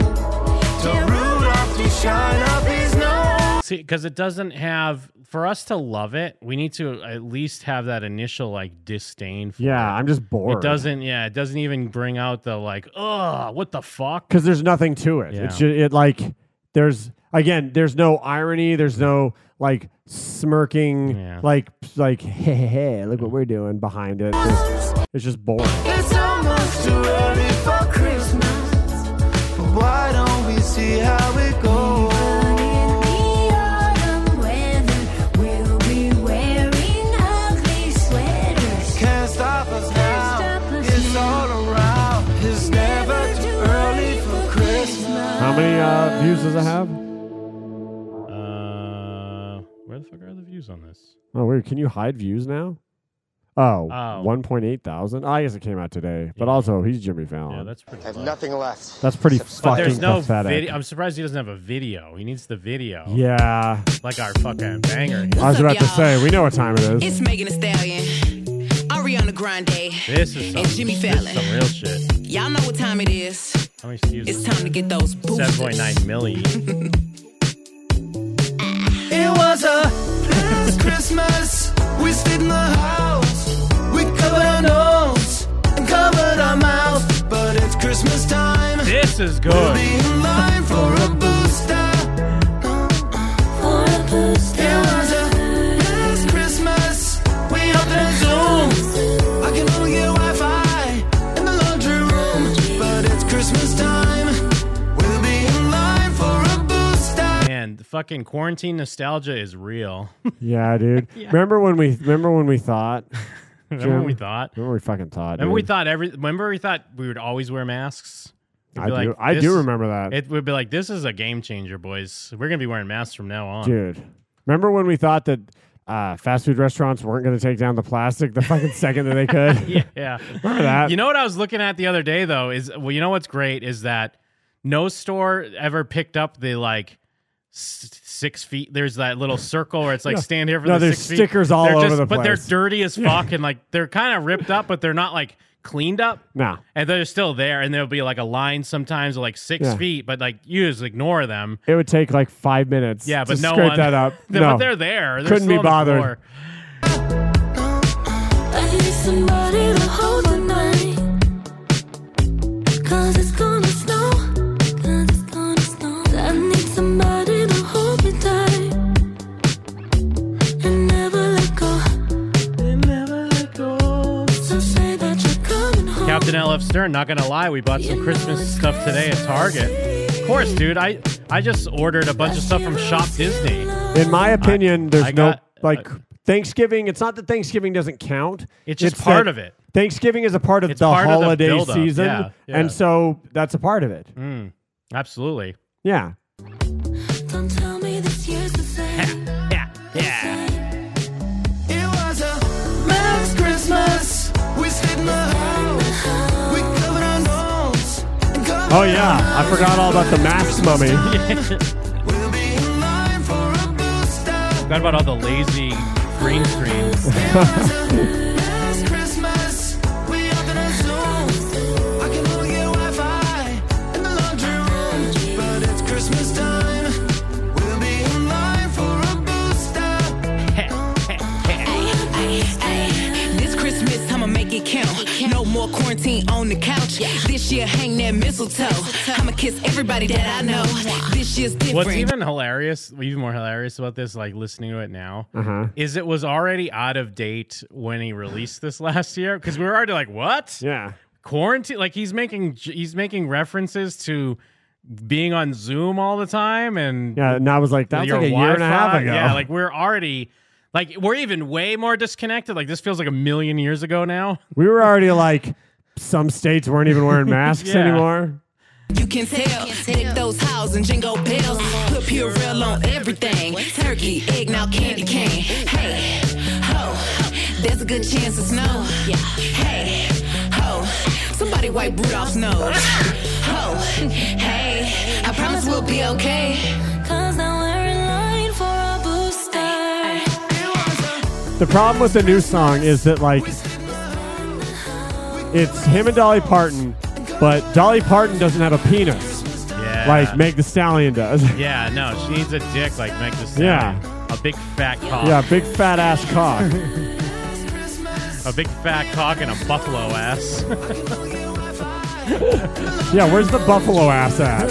S3: Tell Rudolph to shine up his nose.
S4: See, because it doesn't have for us to love it, we need to at least have that initial like disdain. For
S5: Yeah,
S4: it.
S5: I'm just bored.
S4: It doesn't. Yeah, it doesn't even bring out the like, oh, what the fuck?
S5: because there's nothing to it.
S4: Yeah.
S5: It's just, it like there's again there's no irony. There's no like smirking like like hey, hey hey look what we're doing behind it. It's, it's just boring.
S3: It's almost too early for Christmas. But why don't we see how it goes? Can't stop us now. It's all around. It's never too early for Christmas.
S5: How many uh, views does it have?
S4: Uh, where the fuck are the views on this?
S5: Oh weird. Can you hide views now? Oh,
S4: Oh.
S5: 1.8 thousand. I guess it came out today, but also he's Jimmy Fallon.
S4: Yeah, that's pretty.
S15: have nothing left.
S5: That's pretty
S4: But there's
S5: fucking
S4: no
S5: pathetic.
S4: video. I'm surprised he doesn't have a video. He needs the video.
S5: Yeah.
S4: Like our fucking banger. here.
S5: I was about to say we know what time it is.
S16: It's Megan Thee Stallion, Ariana Grande,
S4: This is some,
S16: and Jimmy
S4: this is
S16: Fallon.
S4: some real shit.
S16: Y'all know what time it is.
S4: How many views?
S16: It's time to get those boosters.
S4: Seven point nine million.
S3: It was a last Christmas. We stayed in the house. We covered our nose and covered our mouth. But it's Christmas time.
S4: This is good.
S3: We'll be in line for a booster. For a booster. It was a last Christmas. We opened a Zoom. I can only get Wi-Fi in the laundry room. But it's Christmas time. We'll be in line for a booster.
S4: Man, the fucking quarantine nostalgia is real.
S5: Yeah, dude. Remember when we remember when we thought?
S4: Remember when
S5: Jim?
S4: we thought?
S5: Remember we fucking thought?
S4: Remember we
S5: dude.
S4: thought every. Remember we thought we would always wear masks. We'd
S5: I
S4: be
S5: do- I do
S4: this-
S5: remember that.
S4: It would be like this is a game changer, boys. We're gonna be wearing masks from now on.
S5: Dude, remember when we thought that uh, fast food restaurants weren't going to take down the plastic the fucking second that they could?
S4: yeah, yeah.
S5: Remember that?
S4: You know what I was looking at the other day though is well, you know what's great is that no store ever picked up the like s- six feet. There's that little circle where it's like
S5: No.
S4: stand here for
S5: No,
S4: the
S5: there's
S4: six feet.
S5: stickers all
S4: They're
S5: over
S4: just-
S5: the
S4: but they're
S5: place.
S4: dirty as
S5: Yeah.
S4: fuck and like they're kind of ripped up, but they're not like cleaned up.
S5: No.
S4: And they're still there, and there'll be like a line sometimes of like six
S5: Yeah.
S4: feet, but like you just ignore them.
S5: It would take like five minutes.
S4: Yeah, but
S5: to
S4: no
S5: scrape
S4: one-
S5: that up.
S4: But
S5: no,
S4: they're there. They're
S5: Couldn't
S4: still
S5: be
S4: on the
S5: bothered.
S4: floor.
S14: I need somebody to hold the night. Cause it's gonna snow. Cause it's gonna snow. I need somebody to hold me tight. And never let go. And never let go. So say that you're coming home.
S4: Captain LF Stern, not gonna lie, we bought some Christmas stuff today at Target. Of course, dude. I I just ordered a bunch of stuff from Shop Disney.
S5: In my opinion, there's
S4: I
S5: no
S4: got- uh,
S5: like Thanksgiving, it's not that Thanksgiving doesn't count.
S4: It's just part
S5: that
S4: of it.
S5: Thanksgiving is a part of the
S4: part of the
S5: holiday
S4: buildup,
S5: season.
S4: yeah, yeah.
S5: And so that's a part of it.
S4: Mm, absolutely.
S5: Yeah.
S14: Don't tell me this year's the same.
S4: Yeah, yeah.
S2: It was a Max Christmas. We stayed in the house. We covered our nose. and covered
S5: Oh, yeah. I forgot all about the mask mummy.
S4: Forgot about all the lazy green screens.
S2: Max Christmas. We opened our Zoom. I can only get Wi-Fi in the laundry room. But it's Christmas time. We'll be in line for a
S17: This Christmas, I'ma make it count. No more quarantine on the couch. This year, hang that mistletoe. I'ma kiss everybody that I know. This year's different.
S4: What's even hilarious, even more hilarious about this, like listening to it now,
S5: Uh-huh.
S4: is it was already out of date when he released this last year because we were already like, what?
S5: Yeah.
S4: Quarantine? Like he's making he's making references to being on Zoom all the time and
S5: Yeah. And I was like, that's
S4: your
S5: like a year and a half
S4: Wi-Fi.
S5: ago.
S4: Yeah, like we're already like we're even way more disconnected. Like this feels like a million years ago now.
S5: we were already like, some states weren't even wearing masks
S4: Yeah.
S5: anymore.
S17: You can tell. Take those hows and jingle bells. Put Purell on everything. Turkey, egg, now candy cane. Hey, ho, there's a good chance of snow. Hey, ho, somebody wipe Rudolph's nose. Ho, hey, I promise we'll be okay.
S14: Cause now we're in line for a booster.
S5: The problem with the new song is that like it's him and Dolly Parton, but Dolly Parton doesn't have a penis.
S4: Yeah.
S5: Like Meg the Stallion does.
S4: Yeah, no, she needs a dick like Meg Thee
S5: Yeah.
S4: Stallion. A big fat cock.
S5: Yeah, big fat ass cock.
S4: A big fat cock and a buffalo ass.
S5: yeah, where's the buffalo ass at?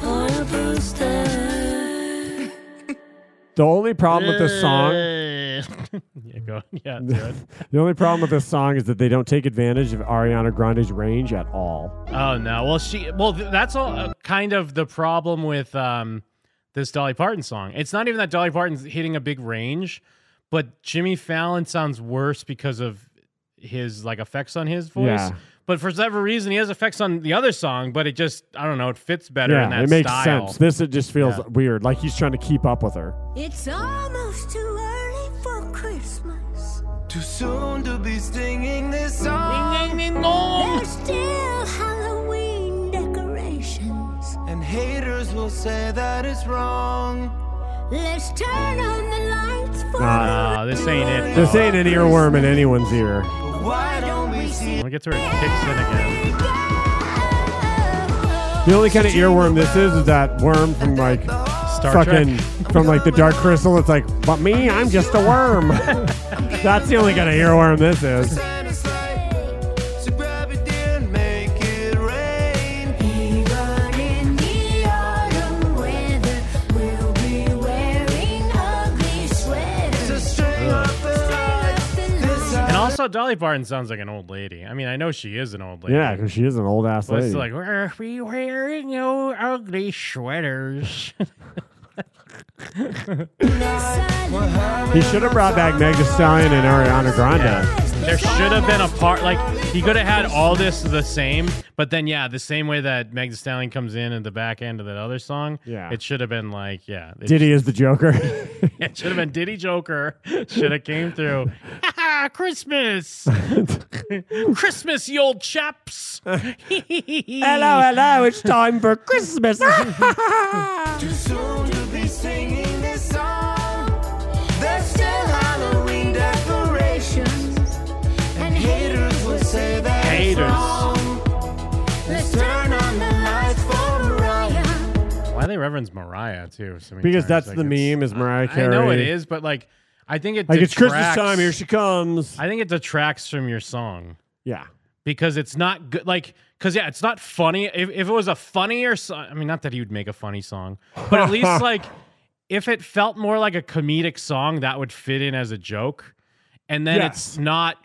S14: For a booster.
S5: The only problem with this song,
S4: yeah, go. Yeah, do it.
S5: the only problem with this song is that they don't take advantage of Ariana Grande's range at all.
S4: Oh no. Well, she. Well, th- that's all uh, kind of the problem with um this Dolly Parton song. It's not even that Dolly Parton's hitting a big range, but Jimmy Fallon sounds worse because of his like effects on his voice.
S5: Yeah.
S4: But for whatever reason, he has effects on the other song, but it just I don't know. It fits better in
S5: yeah,
S4: that
S5: it makes
S4: style.
S5: sense. This it just feels
S4: Yeah.
S5: weird. Like he's trying to keep up with her.
S2: It's almost too early for Christmas. Too soon to be singing this song.
S14: There's still Halloween decorations.
S2: And haters will say that it's wrong.
S14: Let's turn on the lights for
S4: Ah, this ain't it.
S5: This ain't an earworm in anyone's ear.
S2: Why don't we see?
S4: When it gets where it kicks in again.
S5: The only kind of earworm this is is that worm from like
S4: Star Trek.
S5: fucking from like the Dark Crystal. It's like, but me, I'm just a worm. That's the only kind of earworm this is.
S2: Santa's like, she probably didn't make it rain.
S14: Even in the autumn weather, we'll be wearing ugly sweaters.
S2: So string up the lights. This
S4: And also, Dolly Parton sounds like an old lady. I mean, I know she is an old lady.
S5: Yeah, because she is an old ass
S4: Well, it's
S5: lady.
S4: like, are we wearing your ugly sweaters?
S5: He should have brought back Meg Thee Stallion and Ariana Grande.
S4: there should have been a part like he could have had all this the same, but then yeah, the same way that Meg Thee Stallion comes in at the back end of that other song.
S5: Yeah.
S4: it should have been like yeah, it
S5: Diddy is the Joker.
S4: It should have been Diddy Joker. Should have came through. Ah, Christmas, Christmas, you old chaps. hello,
S5: hello, it's time for Christmas.
S2: Too soon to be singing this song. There's still Halloween decorations, and haters will say that it's
S4: Haters.
S2: wrong. Let's turn on the lights for Mariah.
S4: Why they reverence Mariah too? So many
S5: because
S4: times?
S5: that's
S4: Like,
S5: the
S4: it's-
S5: meme is Mariah Carey.
S4: I know it is, but like, I think it
S5: Like it's Christmas
S4: detracts-
S5: time. Here she comes.
S4: I think it detracts from your song
S5: Yeah.
S4: because it's not good. Like, because yeah, it's not funny. If, if it was a funnier song, I mean, not that he would make a funny song, but at least like if it felt more like a comedic song, that would fit in as a joke. And then it's
S5: Yes.
S4: not.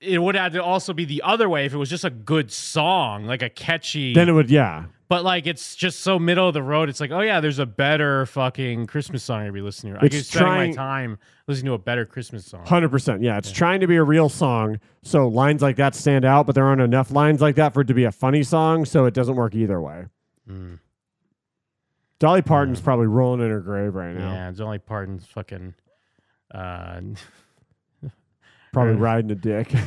S4: It would have to also be the other way if it was just a good song, like a catchy.
S5: Then it would. Yeah.
S4: But like it's just so middle of the road. It's like, oh yeah, there's a better fucking Christmas song I'd be listening to. I
S5: It's
S4: could spend my
S5: trying-
S4: time listening to a better Christmas song.
S5: Hundred percent. Yeah, it's trying to be a real song, so lines like that stand out, but there aren't enough lines like that for it to be a funny song, so it doesn't work either way.
S4: Mm.
S5: Dolly Parton's probably rolling in her grave right now,
S4: Yeah, it's only Pardon's fucking uh
S5: probably riding a dick. is,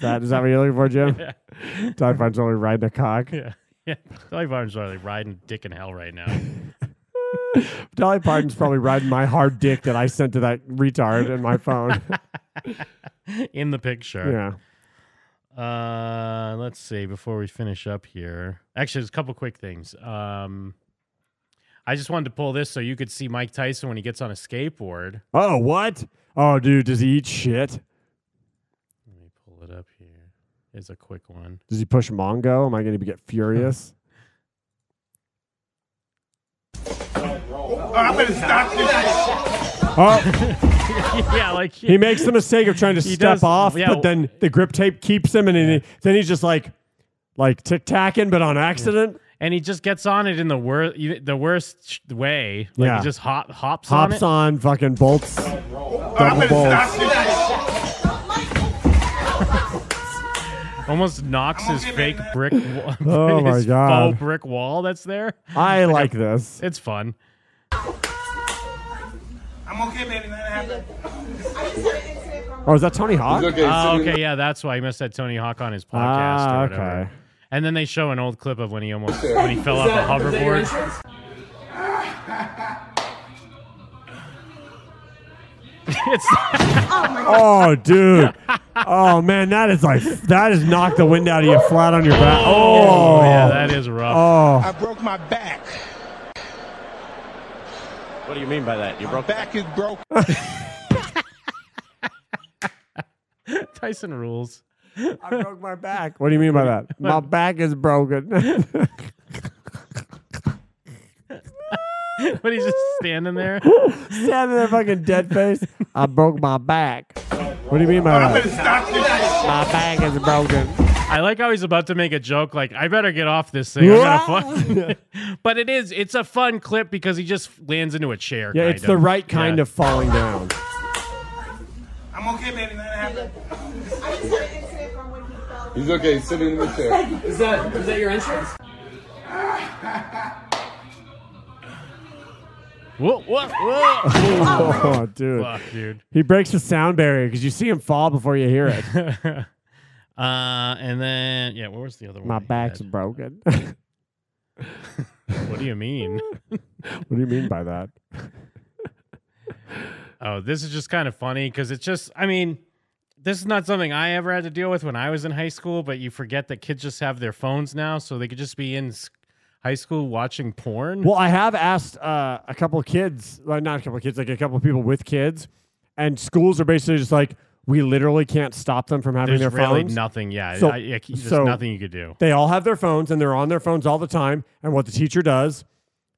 S5: that, is that what you're looking for, Jim? Dolly Parton's only riding a cock.
S4: Yeah. Yeah. Dolly Parton's probably riding dick in hell right now.
S5: Dolly Parton's probably riding my hard dick that I sent to that retard in my phone.
S4: in the picture.
S5: Yeah.
S4: Uh, let's see. Before we finish up here, actually, there's a couple quick things. Um, I just wanted to pull this so you could see Mike Tyson when he gets on a skateboard.
S5: oh, what? Oh, dude, does he eat shit?
S4: Pull it up here. It's a quick one.
S5: Does he push Mongo? Am I going to get furious?
S10: Oh, I'm gonna stop this.
S5: Oh.
S4: yeah, like
S5: he makes the mistake of trying to
S4: He
S5: step
S4: does-
S5: off,
S4: yeah,
S5: but then the grip tape keeps him, and then he, then he's just like, like tic tacking, but on accident.
S4: And he just gets on it in the worst, the worst sh- way. Like
S5: Yeah.
S4: he just hop, hops, on it.
S5: Hops on, fucking bolts, double bolts.
S4: Almost knocks his fake brick. Wall,
S5: Oh my
S4: his
S5: God.
S4: Faux brick wall that's there.
S5: I like this.
S4: It's fun.
S10: I'm okay, baby. Nothing happened.
S5: Oh, is that Tony Hawk?
S4: Oh, okay, yeah, that's why he must have Tony Hawk on his podcast
S5: Ah,
S4: or whatever.
S5: okay.
S4: And then they show an old clip of when he almost when he fell off a hoverboard. it's
S5: Oh, dude. Oh man, that is like that has knocked the wind out of you flat on your back. Oh,
S4: yeah, that is rough.
S5: Oh,
S10: I broke my back.
S18: What do you mean by that? You broke
S10: Back is broke.
S5: Oh.
S4: Tyson rules.
S5: I broke my back. What do you mean by that? My back is broken.
S4: but he's just standing there.
S5: Standing there, fucking dead face. I broke my back. What do you mean by that? My back is broken.
S4: I like how he's about to make a joke like I better get off this thing. I'm gonna fuck. but it is it's a fun clip because he just lands into a chair.
S5: Yeah,
S4: kind
S5: it's the
S4: of.
S5: right kind
S4: Yeah.
S5: of falling down.
S10: I'm okay, baby. Nothing happened.
S9: He's okay. Sitting in the chair.
S10: Is that is that your entrance?
S4: Whoa, whoa, whoa.
S5: Oh, dude.
S4: Fuck, dude.
S5: He breaks the sound barrier because you see him fall before you hear it.
S4: Uh, and then yeah, what was the other one?
S5: My
S4: he
S5: back's
S4: had?
S5: broken. what
S4: What do you mean?
S5: do you mean by that?
S4: Oh, this is just kind of funny because it's just, I mean, this is not something I ever had to deal with when I was in high school, but you forget that kids just have their phones now, so they could just be in s- high school watching porn.
S5: Well, I have asked uh, a couple of kids, well, not a couple of kids, like a couple of people with kids, and schools are basically just like, we literally can't stop them from having
S4: There's
S5: their
S4: really
S5: phones.
S4: nothing, yeah. I- yeah, there's nothing you could do.
S5: They all have their phones and they're on their phones all the time. And what the teacher does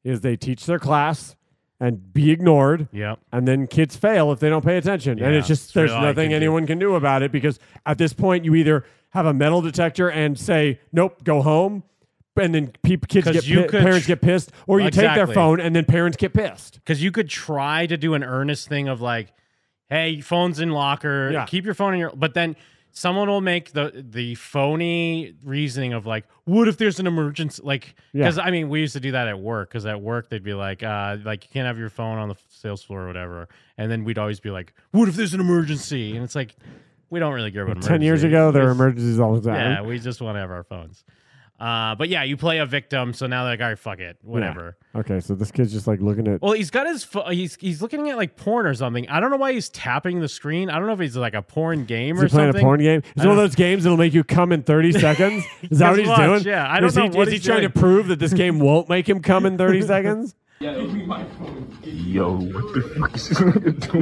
S5: is they teach their class and be ignored.
S4: Yep.
S5: And then kids fail if they don't pay attention. and
S4: Yeah,
S5: it's just
S4: it's
S5: there's
S4: really all you
S5: nothing
S4: can do.
S5: anyone can do about it because at this point you either have a metal detector and say nope, go home, and then peop kids
S4: 'Cause
S5: get
S4: you
S5: pi-
S4: could
S5: parents
S4: tr-
S5: get pissed, or you take
S4: Exactly.
S5: their phone and then parents get pissed.
S4: Because you could try to do an earnest thing of like, hey, phone's in locker,
S5: Yeah.
S4: keep your phone in your, but then someone will make the the phony reasoning of like, what if there's an emergency? Like,
S5: Yeah.
S4: because I mean, we used to do that at work. Because at work, they'd be like, uh, like you can't have your phone on the sales floor or whatever, and then we'd always be like, what if there's an emergency? And it's like, we don't really care about
S5: Ten years
S4: emergencies.
S5: ago, there
S4: We
S5: were
S4: just-
S5: emergencies all the
S4: yeah,
S5: time.
S4: we just want to have our phones. Uh, but yeah, you play a victim, so now they're like, all right, fuck it, whatever.
S5: Okay, so this kid's just like looking at
S4: Well, he's got his pho- he's he's looking at like porn or something. I don't know why he's tapping the screen. I don't know if he's like a porn game
S5: Is
S4: or
S5: he playing
S4: something.
S5: a porn game?
S4: I
S5: Is one of
S4: don't-
S5: those games that'll make you come in 30 seconds? Is that what
S4: Pretty
S5: he's
S4: much,
S5: doing?
S4: yeah. I don't
S5: is
S4: know
S5: He,
S4: what
S5: is he
S4: he's
S5: trying
S4: doing.
S5: to prove that this game won't make him come in 30 seconds?
S9: Yo, what the fuck is this nigga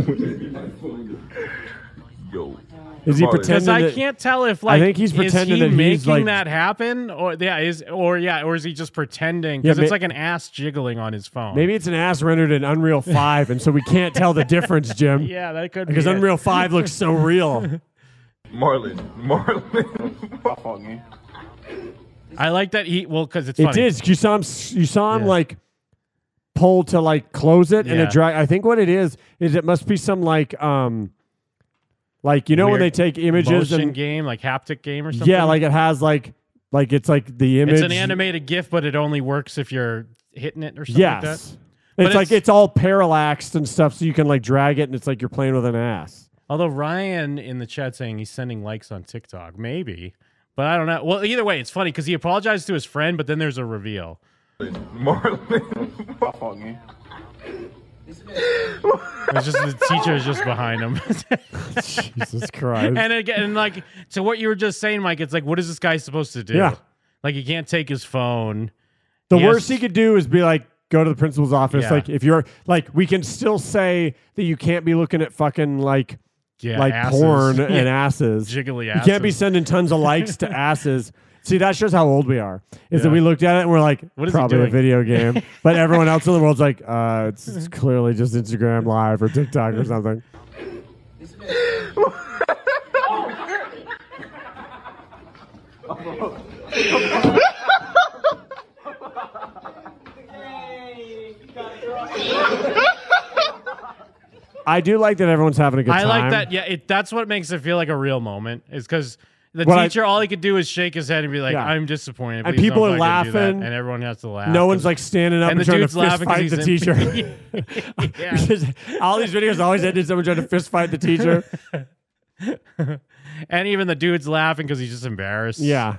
S9: doing? Yo.
S5: Is he
S9: Come on,
S5: pretending?
S4: Because I
S5: that-
S4: can't tell if like
S5: I think he's pretending
S4: is he
S5: that he's,
S4: making
S5: like-
S4: that happen or yeah is or yeah or is he just pretending?
S5: Yeah,
S4: Because it's
S5: ma-
S4: like an ass jiggling on his phone.
S5: Maybe it's an ass rendered in Unreal 5, and so we can't tell the difference, Jim.
S4: Yeah, that could be
S5: Because
S4: it.
S5: Unreal 5 looks so real.
S9: Marlon. Marlon.
S4: I like that he well because it's
S5: It
S4: funny.
S5: did. You saw him. s- You saw him like pull to like close it, and
S4: Yeah.
S5: it drag. I think what it is is it must be some like um, like you know when
S4: Weird
S5: they take images
S4: motion
S5: and
S4: game like haptic game or something.
S5: yeah, like it has like like it's like the image.
S4: it's an animated GIF, but it only works if you're hitting it or something like that.
S5: Yes,
S4: But
S5: it's like it's all parallaxed and stuff, so you can like drag it, and it's like you're playing with an ass.
S4: Although Ryan in the chat saying he's sending likes on TikTok, maybe, but I don't know. Well, either way, it's funny because he apologized to his friend, but then there's a reveal.
S19: Marlon.
S4: It's just the teacher is just behind him.
S5: Jesus Christ.
S4: And again, and like to what you were just saying, Mike, it's like, what is this guy supposed to do?
S5: Yeah.
S4: Like he can't take his phone.
S5: The
S4: He has-
S5: worst he could do is be like, go to the principal's office.
S4: Yeah.
S5: Like, if you're like, we can still say that you can't be looking at fucking like,
S4: Yeah,
S5: like
S4: asses.
S5: porn and
S4: Yeah.
S5: asses.
S4: Jiggly
S5: You can't be
S4: asses.
S5: sending tons of likes to asses. See, that shows how old we are. Is that
S4: Yeah.
S5: we looked at it and we're like,
S4: What is he
S5: probably
S4: doing?
S5: a video game, but everyone else in the world's like, uh, it's, it's clearly just Instagram Live or TikTok or something. I do like that everyone's having a good
S4: I
S5: time.
S4: like that. Yeah, it, that's what makes it feel like a real moment. Is because the
S5: What I-
S4: teacher, all he could do is shake his head and be like,
S5: Yeah.
S4: "I'm disappointed."
S5: And
S4: Please
S5: people
S4: don't
S5: are
S4: fucking do that."
S5: laughing.
S4: and everyone has to laugh.
S5: No one's like standing up and,
S4: and the
S5: trying to
S4: dude's
S5: fist
S4: laughing 'cause
S5: fight the
S4: he's
S5: teacher.
S4: in-
S5: Because all these videos always ended someone trying to fist fight the teacher.
S4: and even the dude's laughing because he's just embarrassed.
S5: Yeah.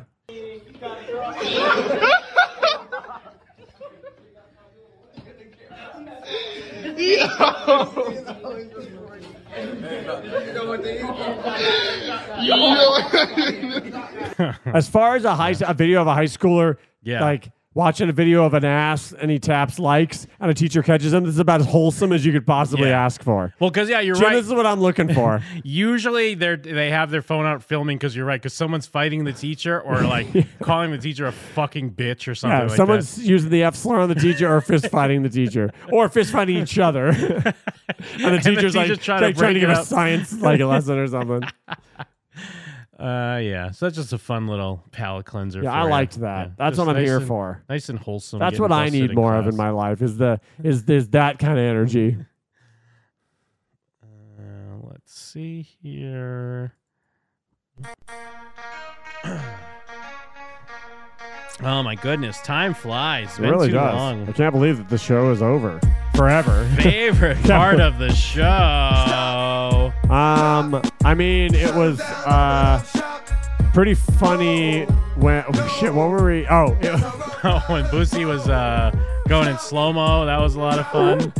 S5: As far as a high a video of a high schooler,
S4: Yeah.
S5: like watching a video of an ass and he taps likes and a teacher catches him, this is about as wholesome as you could possibly
S4: Yeah.
S5: ask for.
S4: Well, because yeah, you're
S5: Jim,
S4: right.
S5: This is what I'm looking for.
S4: Usually they are they have their phone out filming because you're right because someone's fighting the teacher or like calling the teacher a fucking bitch or something.
S5: yeah,
S4: like that.
S5: someone's using the F slur on the teacher or fist fighting the teacher or fist fighting each other. and the teacher's,
S4: And the
S5: like,
S4: teacher's trying to
S5: trying like, trying
S4: break
S5: to
S4: it
S5: give a
S4: up.
S5: science like a lesson or something.
S4: Uh, yeah. So that's just a fun little palate cleanser.
S5: Yeah,
S4: for
S5: I
S4: ya.
S5: liked that.
S4: Yeah.
S5: That's
S4: Just
S5: what I'm
S4: nice
S5: here
S4: and-
S5: for.
S4: Nice and wholesome.
S5: That's
S4: getting
S5: what I
S4: busted
S5: need
S4: in
S5: more of
S4: class.
S5: in my life is the is is that kind of energy.
S4: Uh, let's see here. oh my goodness, time flies. It's
S5: It
S4: been
S5: really
S4: too
S5: does.
S4: long.
S5: I can't believe that the show is over forever.
S4: Favorite
S5: Can't
S4: part
S5: believe-
S4: of the show.
S5: Um, I mean, it was uh, pretty funny when oh, shit. What were we? Oh, it-
S4: oh, when Boosie was uh, going in slow mo, that was a lot of fun.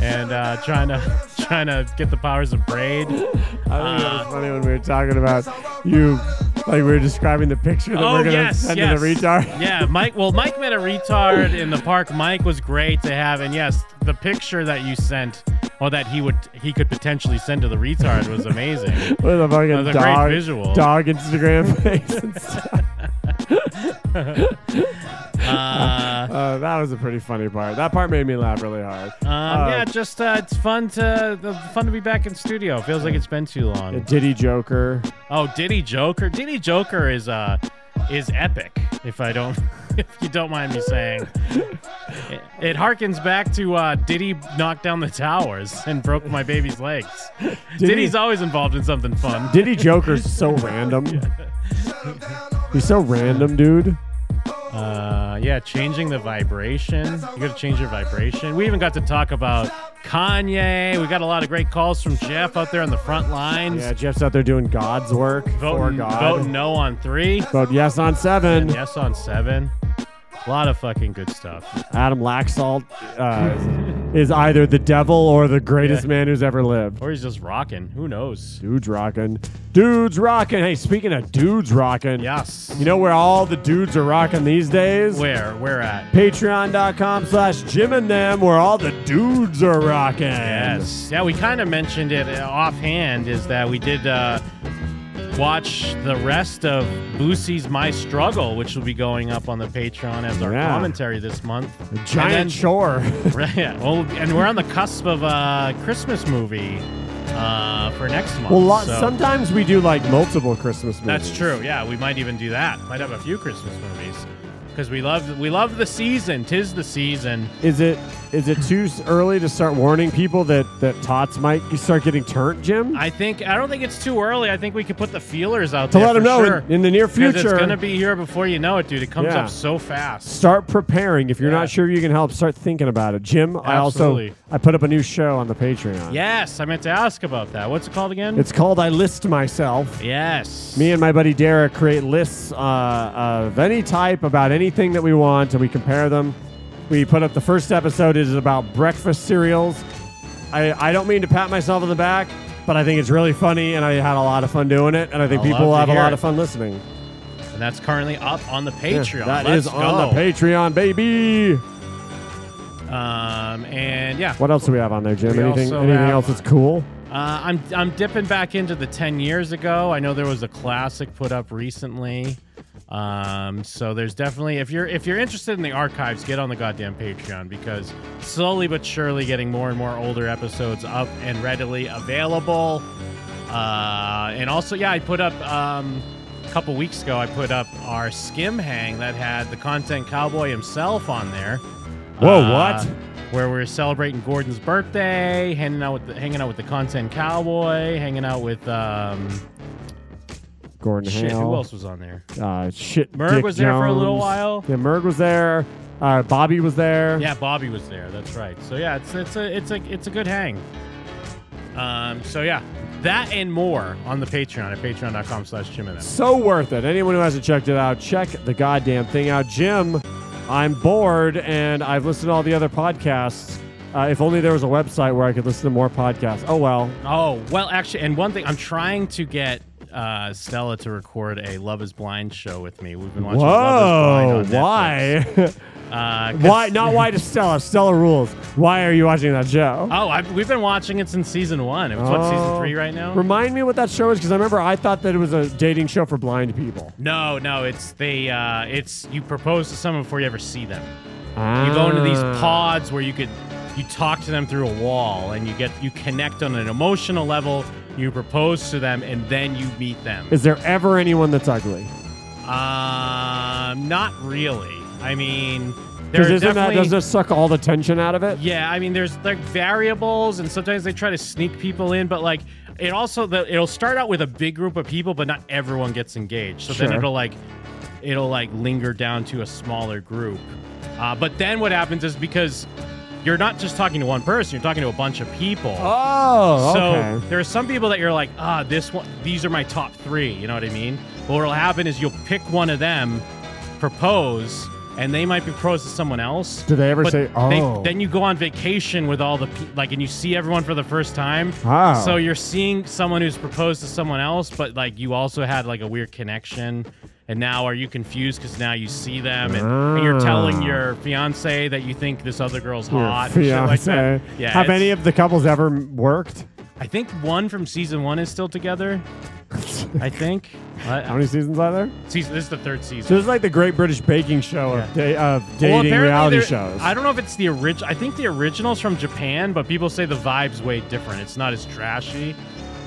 S4: And uh, trying to trying to get the powers of braid.
S5: I think it was funny when we were talking about you, like we were describing the picture that we're
S4: oh
S5: gonna
S4: yes,
S5: send
S4: yes.
S5: to the retard.
S4: yeah, Mike. Well, Mike met a retard in the park. Mike was great to have, and yes, the picture that you sent, or that he would he could potentially send to the retard, was amazing.
S5: With a
S4: That
S5: fucking
S4: was a great
S5: dog,
S4: visual.
S5: dog Instagram face and stuff.
S4: Uh,
S5: Uh, that was a pretty funny part. That part made me laugh really hard.
S4: Um,
S5: Uh,
S4: yeah, just uh, it's fun to uh, fun to be back in studio. Feels like it's been too long.
S5: Diddy Joker.
S4: Oh, Diddy Joker. Diddy Joker is uh is epic. If I don't, if you don't mind me saying, it, it harkens back to uh, Diddy knocked down the towers and broke my baby's legs. Diddy's always involved in something fun.
S5: Diddy Joker's so random. He's so random, dude.
S4: Uh, yeah, changing the vibration. You got to change your vibration. We even got to talk about Kanye. We got a lot of great calls from Jeff out there on the front lines.
S5: Yeah, Jeff's out there doing God's work for
S4: voting,
S5: God.
S4: voting no on three.
S5: Vote yes on seven.
S4: And yes on seven. A lot of fucking good stuff.
S5: Adam Laxalt uh, is either the devil or the greatest
S4: Yeah.
S5: man who's ever lived.
S4: Or he's just rocking. Who knows?
S5: Dudes rocking. Dudes rocking. Hey, speaking of dudes rocking.
S4: Yes.
S5: You know where all the dudes are rocking these days?
S4: Where? Where at?
S5: Patreon.com slash Jim and them, where all the dudes are rocking.
S4: Yes. Yeah, we kind of mentioned it uh, offhand is that we did uh, watch the rest of Boosie's My Struggle, which will be going up on the Patreon as our
S5: Yeah.
S4: commentary this month. A
S5: Giant chore.
S4: Right. Yeah. Well, and we're on the cusp of a Christmas movie uh, for next month.
S5: Well, lot,
S4: so-
S5: sometimes we do like multiple Christmas movies.
S4: That's true. Yeah, we might even do that. Might have a few Christmas movies because we love we love the season. Tis the season.
S5: Is it is it too s- early to start warning people that that tots might start getting turned, Jim?
S4: I think I don't think it's too early. I think we could put the feelers out
S5: To
S4: there
S5: let
S4: for
S5: 'em know in-
S4: sure.
S5: in the near
S4: 'Cause It's
S5: future-
S4: gonna be here before you know it, dude. It comes
S5: Yeah.
S4: up so fast.
S5: Start preparing. If you're not sure you can help, start thinking about it. Jim, I
S4: Absolutely.
S5: also I put up a new show on the Patreon.
S4: Yes, I meant to ask about that. What's it called again?
S5: It's called I List Myself.
S4: yes.
S5: Me and my buddy Derek create lists uh, of any type about anything that we want, and we compare them. We put up the first episode is about breakfast cereals. I, I don't mean to pat myself on the back, but I think it's really funny, and I had a lot of fun doing it, and I think
S4: I
S5: people will
S4: love
S5: have
S4: to
S5: a
S4: hear it.
S5: lot of fun listening.
S4: And that's currently up on the
S5: Yeah,
S4: Patreon.
S5: That
S4: Let's
S5: is on
S4: go.
S5: the Patreon, baby.
S4: Um, and yeah.
S5: What else do we have on there, Jim?
S4: We
S5: anything
S4: also
S5: anything
S4: have-
S5: else that's cool?
S4: Uh, I'm I'm dipping back into the ten years ago. I know there was a classic put up recently, um, so there's definitely if you're if you're interested in the archives, get on the goddamn Patreon because slowly but surely getting more and more older episodes up and readily available. Uh, and also, yeah, I put up um, a couple weeks ago. I put up our skim hang that had the content cowboy himself on there.
S5: Whoa,
S4: Uh,
S5: what?
S4: Where we we're celebrating Gordon's birthday, hanging out with the, hanging out with the content cowboy, hanging out with um,
S5: Gordon
S4: shit. Who
S5: Hale.
S4: else was on there?
S5: Uh, shit.
S4: Merg
S5: Dick
S4: was there for a little
S5: Jones.
S4: while.
S5: Yeah, Merg was there. Uh, Bobby was there.
S4: Yeah, Bobby was there. That's right. So yeah, it's it's a it's a it's a good hang. Um, so yeah, that and more on the Patreon at patreon.com/slash Jim and Em.
S5: So worth it. Anyone who hasn't checked it out, check the goddamn thing out. Jim, I'm bored and I've listened to all the other podcasts. Uh, if only there was a website where I could listen to more podcasts. Oh, well.
S4: Oh well, actually, and one thing I'm trying to get uh, Stella to record a Love Is Blind show with me. We've been watching Love
S5: Whoa.
S4: Is Blind on
S5: Why?
S4: Netflix. Uh, 'cause-
S5: why? Not why to Stella. Stella rules. Why are you watching that show?
S4: Oh, I've, we've been watching it since season one. It's what season
S5: Oh.
S4: three right now.
S5: Remind me what that show is because I remember I thought that it was a dating show for blind people.
S4: No, no, it's they. Uh, it's you propose to someone before you ever see them. You go into these
S5: Ah.
S4: pods where you could you talk to them through a wall, and you get you connect on an emotional level. You propose to them, and then you meet them.
S5: Is there ever anyone that's ugly?
S4: Um, not really. I mean, there
S5: Because
S4: are
S5: isn't that
S4: definitely.
S5: doesn't it suck all the tension out of it?
S4: yeah, I mean, there's like variables, and sometimes they try to sneak people in, but like it also the, it'll start out with a big group of people, but not everyone gets engaged. So then
S20: Sure.
S4: it'll like it'll like linger down to a smaller group. Uh, but then what happens is because you're not just talking to one person, you're talking to a bunch of people.
S5: Oh,
S4: so
S5: okay.
S4: there are some people that you're like, ah, this one, these are my top three. You know what I mean? But what'll happen is you'll pick one of them, propose, and they might propose to someone else.
S5: Do they ever
S4: but
S5: say, "Oh"?
S4: then you go on vacation with all the pe- like, and you see everyone for the first time.
S5: Wow.
S4: So you're seeing someone who's proposed to someone else, but like you also had like a weird connection. And now are you confused because now you see them and, and you're telling
S5: Ah.
S4: your fiance that you think this other girl's
S5: Your
S4: hot and shit like that.
S5: fiancé.
S4: Yeah,
S5: Have
S4: it's-
S5: any of the couples ever m- worked?
S4: I think one from season one is still together. I think.
S5: How many seasons are there?
S4: Season, this is the third
S5: So
S4: season.
S5: this is like the Great British Baking Show of, da- of
S4: Well,
S5: dating
S4: apparently
S5: reality
S4: there-
S5: shows.
S4: I don't know if it's the original. I think the original's from Japan, but people say the vibe's way different. It's not as trashy.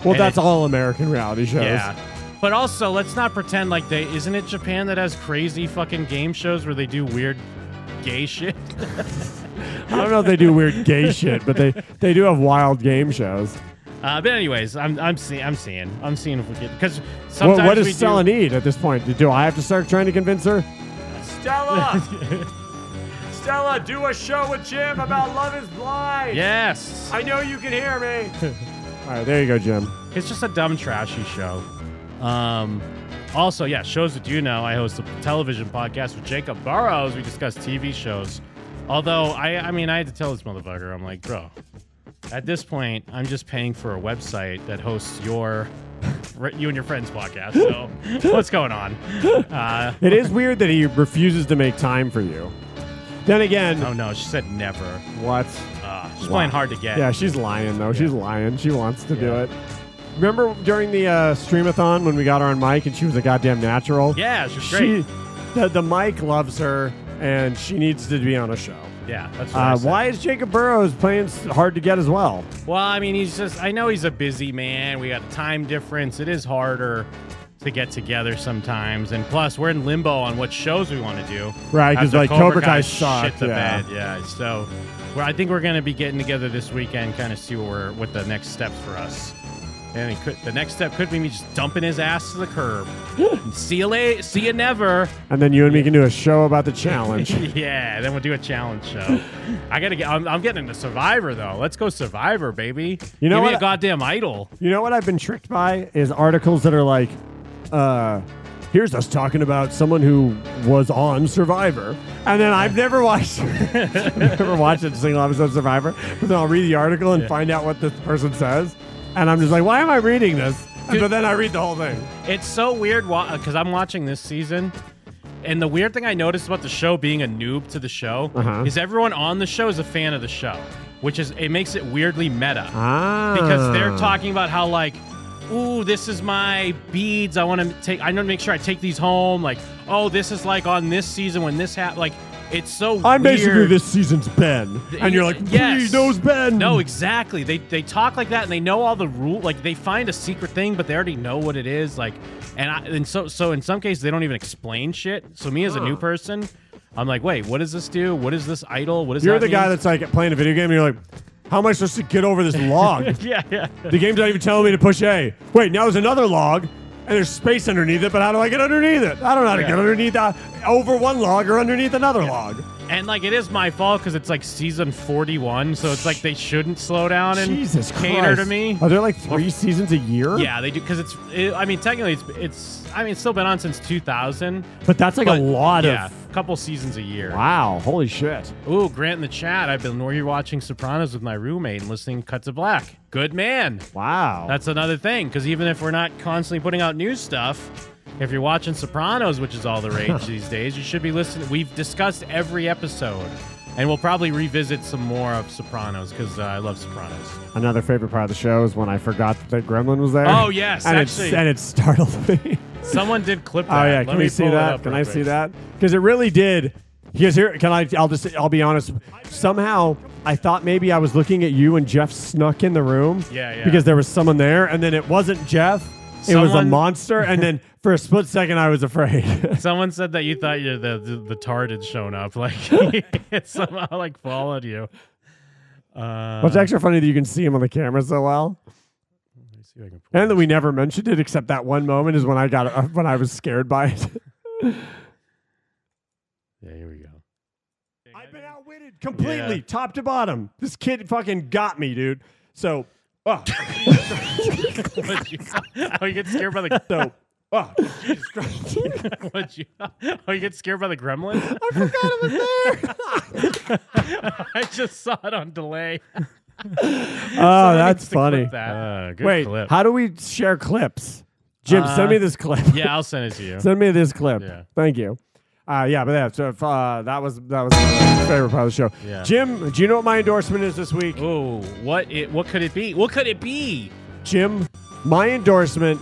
S5: well,
S4: And
S5: that's
S4: it-
S5: all American reality shows.
S4: Yeah. But also, let's not pretend like they. Isn't it Japan that has crazy fucking game shows where they do weird gay shit?
S5: I don't know if they do weird gay shit, but they, they do have wild game shows.
S4: Uh, but anyways, I'm I'm seeing I'm seeing I'm seeing if we get because
S5: What,
S4: sometimes
S5: what does
S4: we
S5: Stella
S4: do,
S5: need at this point? Do I have to start trying to convince her?
S4: Stella!
S5: Stella, do a show with Jim about Love is Blind.
S4: Yes.
S5: I know you can hear me. all right, there you go, Jim.
S4: It's just a dumb, trashy show. Um, also, yeah, shows that you know. I host a television podcast with Jacob Burrows. We discuss TV shows. Although I, I mean, I had to tell this motherfucker, I'm like, bro, at this point, I'm just paying for a website that hosts your, you and your friends podcast. So what's going on? Uh,
S5: It is weird that he refuses to make time for you. Then again,
S4: oh no, she said never.
S5: What?
S4: Uh, she's playing hard to get.
S5: Yeah, she's lying though.
S4: Yeah.
S5: She's lying. She wants to do it. Remember during the uh, streamathon when we got her on mic and she was a goddamn natural.
S4: Yeah, she was
S5: She, the, the mic loves her and she needs to be on a show.
S4: Yeah, that's what I
S5: Uh,
S4: said.
S5: why is Jacob Burrows playing s- hard to get as well?
S4: Well, I mean, he's just, I know he's a busy man. We got a time difference. It is harder to get together sometimes. And plus, we're in limbo on what shows we want to do.
S5: Right, 'cause,
S4: After
S5: like, Cobra Kai
S4: kinda
S5: sucked,
S4: Shit the
S5: yeah.
S4: bed. Yeah. So well, I think we're going to be getting together this weekend, kind of see what, we're, what the next steps for us. And it could, the next step could be me just dumping his ass to the curb. And see you later. See you never.
S5: And then you and me can do a show about the challenge.
S4: yeah, then we'll do a challenge show. I gotta get. I'm, I'm getting into Survivor though. Let's go Survivor, baby.
S5: You know
S4: Give me
S5: what?
S4: a goddamn idol.
S5: You know what I've been tricked by is articles that are like, uh, here's us talking about someone who was on Survivor, and then I've never watched, I've never watched a single episode of Survivor, but then I'll read the article and
S4: Yeah.
S5: find out what this person says, and I'm just like, why am I reading this?
S4: Dude-
S5: but then I read the whole thing.
S4: It's so weird because I'm watching this season, and the weird thing I noticed about the show being a noob to the show
S5: Uh-huh.
S4: is everyone on the show is a fan of the show, which is it makes it weirdly meta
S5: Ah,
S4: because they're talking about how like. Ooh, this is my beads. I want to take. I want to make sure I take these home. Like, oh, this is like on this season when this happened. Like, it's so.
S5: I'm basically
S4: weird.
S5: this season's Ben, and you're like,
S4: Yes.
S5: please, those Ben.
S4: No, exactly. They they talk like that, and they know all the rule. Like they find a secret thing, but they already know what it is. Like, and I, and so so in some cases they don't even explain shit. So me as a new person, I'm like, wait, what does this do? What is this idol? What is
S5: You're
S4: that
S5: the guy
S4: mean?"
S5: that's like playing a video game, and you're like, how am I supposed to get over this log?
S4: yeah yeah.
S5: The game's not even telling me to push A. Wait, now there's another log, and there's space underneath it, but how do I get underneath it? I don't know how to
S4: Yeah.
S5: get underneath that. Over one log or underneath another log.
S4: And like it is my fault because it's like season 41, so it's like they shouldn't slow down and
S5: Jesus
S4: cater
S5: Christ.
S4: to me.
S5: Are there like three seasons a year?
S4: Yeah, they do because it's. It, I mean, technically, it's it's. I mean, it's still been on since 2000.
S5: But that's like a lot of-
S4: yeah, a couple seasons a year.
S5: Wow, holy shit.
S4: Ooh, Grant in the chat. I've been rewatching Sopranos with my roommate and listening to Cut to Black. Good man.
S5: Wow.
S4: That's another thing because even if we're not constantly putting out new stuff, if you're watching Sopranos, which is all the rage these days, you should be listening. We've discussed every episode, and we'll probably revisit some more of Sopranos because uh, I love Sopranos.
S5: Another favorite part of the show is when I forgot that Gremlin was there.
S4: Oh, yes,
S5: and It,
S4: actually.
S5: and it startled me.
S4: Someone did clip that.
S5: Oh yeah,
S4: Let
S5: can
S4: me
S5: we see
S4: pull it
S5: that?
S4: up
S5: Can
S4: real
S5: I
S4: quick.
S5: see that? Because it really did. Because here, can I? I'll just. I'll be honest. Somehow, I thought maybe I was looking at you and Jeff snuck in the room.
S4: Yeah, yeah.
S5: Because there was someone there, and then it wasn't Jeff. It was a
S4: Someone-
S5: monster, and then for a split second, I was afraid.
S4: Someone said that you thought you the the, the tart had shown up, like it somehow like followed you. Uh,
S5: What's extra funny that you can see him on the camera so well,
S4: see if I can pull
S5: and that we never mentioned it except that one moment is when I got uh, when I was scared by it.
S4: Yeah, here we go.
S5: I've been outwitted completely, top to bottom. This kid fucking got me, dude. So, oh.
S4: What'd you, oh, you get scared by the
S5: so, oh, Jesus
S4: Christ! What'd you, oh, you get scared by the gremlin?
S5: I forgot it
S4: was there. I just saw it on delay.
S5: Oh,
S4: Someone
S5: that's
S4: needs to clip
S5: funny.
S4: that. Uh, good
S5: Wait,
S4: clip.
S5: how do we share clips? Jim, send
S4: Uh,
S5: me this clip.
S4: yeah, I'll send it to you.
S5: send me this clip.
S4: Yeah.
S5: Thank you. Uh, yeah, but yeah, so if, uh, that was that was my favorite part of the show.
S4: Yeah.
S5: Jim, do you know what my endorsement is this week?
S4: Oh, what it? What could it be? What could it be?
S5: Jim, my endorsement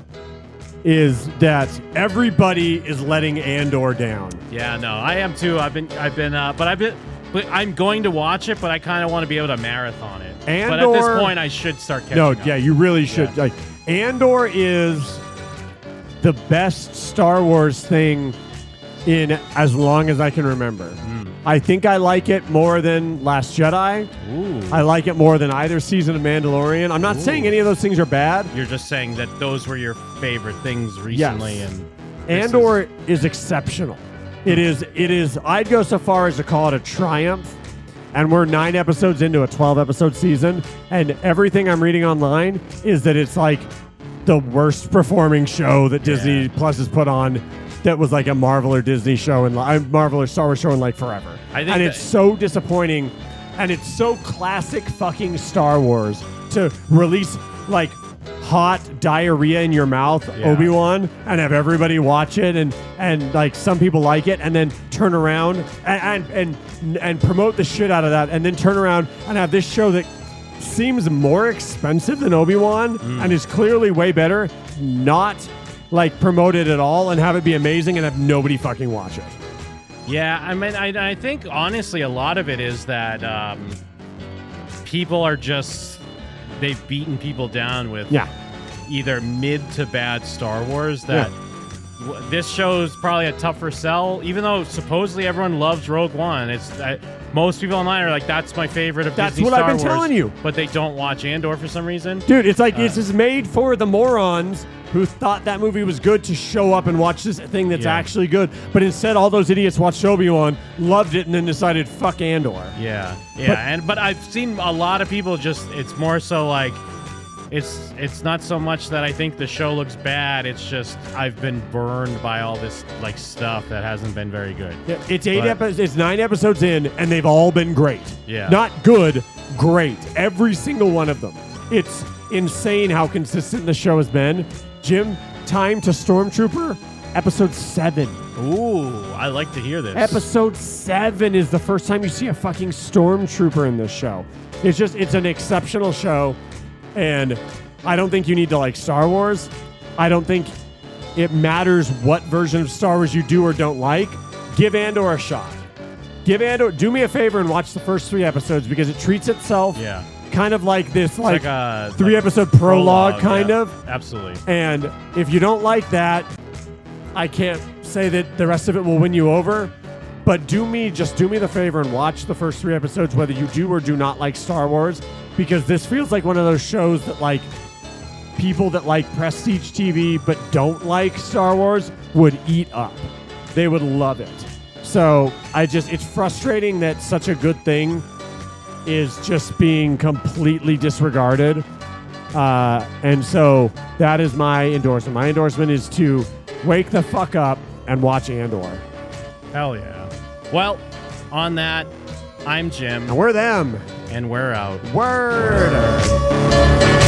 S5: is that everybody is letting Andor down.
S4: Yeah, no, I am too. I've been, I've been, uh, but I've been, but I'm going to watch it, but I kind of want to be able to marathon it. but at
S5: Andor-
S4: this point, I should start catching
S5: no,
S4: up.
S5: yeah, you really should.
S4: Yeah.
S5: Like, Andor is the best Star Wars thing in as long as I can remember.
S4: Hmm.
S5: I think I like it more than Last Jedi. I like it more than either season of Mandalorian. I'm not saying
S4: Ooh.
S5: any of those things are bad.
S4: You're just saying that those were your favorite things recently,
S5: Yes.
S4: and this is-
S5: Andor is, exceptional. It is. It is. I'd go so far as to call it a triumph. And we're nine episodes into a 12 episode season, and everything I'm reading online is that it's like the worst performing show that Disney Plus has put on. That was like a Marvel or Disney show and a Marvel or Star Wars show in like forever.
S4: I think that-
S5: and it's so disappointing, and it's so classic fucking Star Wars to release like hot diarrhea in your mouth
S4: Yeah.
S5: Obi Wan and have everybody watch it and and like some people like it and then turn around and and and, and promote the shit out of that and then turn around and have this show that seems more expensive than Obi Wan and is clearly way better not like promoted at all and have it be amazing and have nobody fucking watch it.
S4: Yeah, I mean, I, I think honestly, a lot of it is that um, people are just they've beaten people down with
S5: Yeah.
S4: either mid to bad Star Wars. That w- this show's probably a tougher sell, even though supposedly everyone loves Rogue One. It's I, most people online are like, "That's my favorite of
S5: That's
S4: Disney
S5: what I've
S4: Star
S5: been
S4: Wars,"
S5: telling you.
S4: but they don't watch Andor for some reason.
S5: Dude, it's like
S4: Uh,
S5: this is made for the morons who thought that movie was good to show up and watch this thing that's
S4: Yeah.
S5: actually good. But instead, all those idiots watched Obi Wan, loved it, and then decided fuck Andor.
S4: Yeah, yeah, and but I've seen a lot of people just. It's more so like, it's it's not so much that I think the show looks bad. It's just I've been burned by all this like stuff that hasn't been very good.
S5: Yeah, It's eight
S4: But-
S5: episodes. It's nine episodes in, and they've all been great.
S4: Yeah.
S5: Not good, great. Every single one of them. It's insane how consistent the show has been. Jim, time to Stormtrooper, episode seven.
S4: Ooh, I like to hear this.
S5: Episode seven is the first time you see a fucking stormtrooper in this show. It's just it's an exceptional show, and I don't think you need to like Star Wars. I don't think it matters what version of Star Wars you do or don't like. Give Andor a shot. Give Andor. Do me a favor and watch the first three episodes because it treats itself
S4: Yeah.
S5: kind of like this
S4: like
S5: like,
S4: a-
S5: three
S4: like
S5: episode
S4: prologue,
S5: prologue, kind
S4: yeah.
S5: of
S4: Absolutely.
S5: and if you don't like that, I can't say that the rest of it will win you over. But do me, just do me the favor and watch the first three episodes, whether you do or do not like Star Wars, because this feels like one of those shows that, like, people that like prestige TV but don't like Star Wars would eat up. They would love it. So I just, it's frustrating that such a good thing is just being completely disregarded. Uh, and so that is my endorsement. My endorsement is to wake the fuck up and watch Andor.
S4: Hell yeah. Well, on that, I'm Jim.
S5: And we're them.
S4: And we're out.
S5: Word.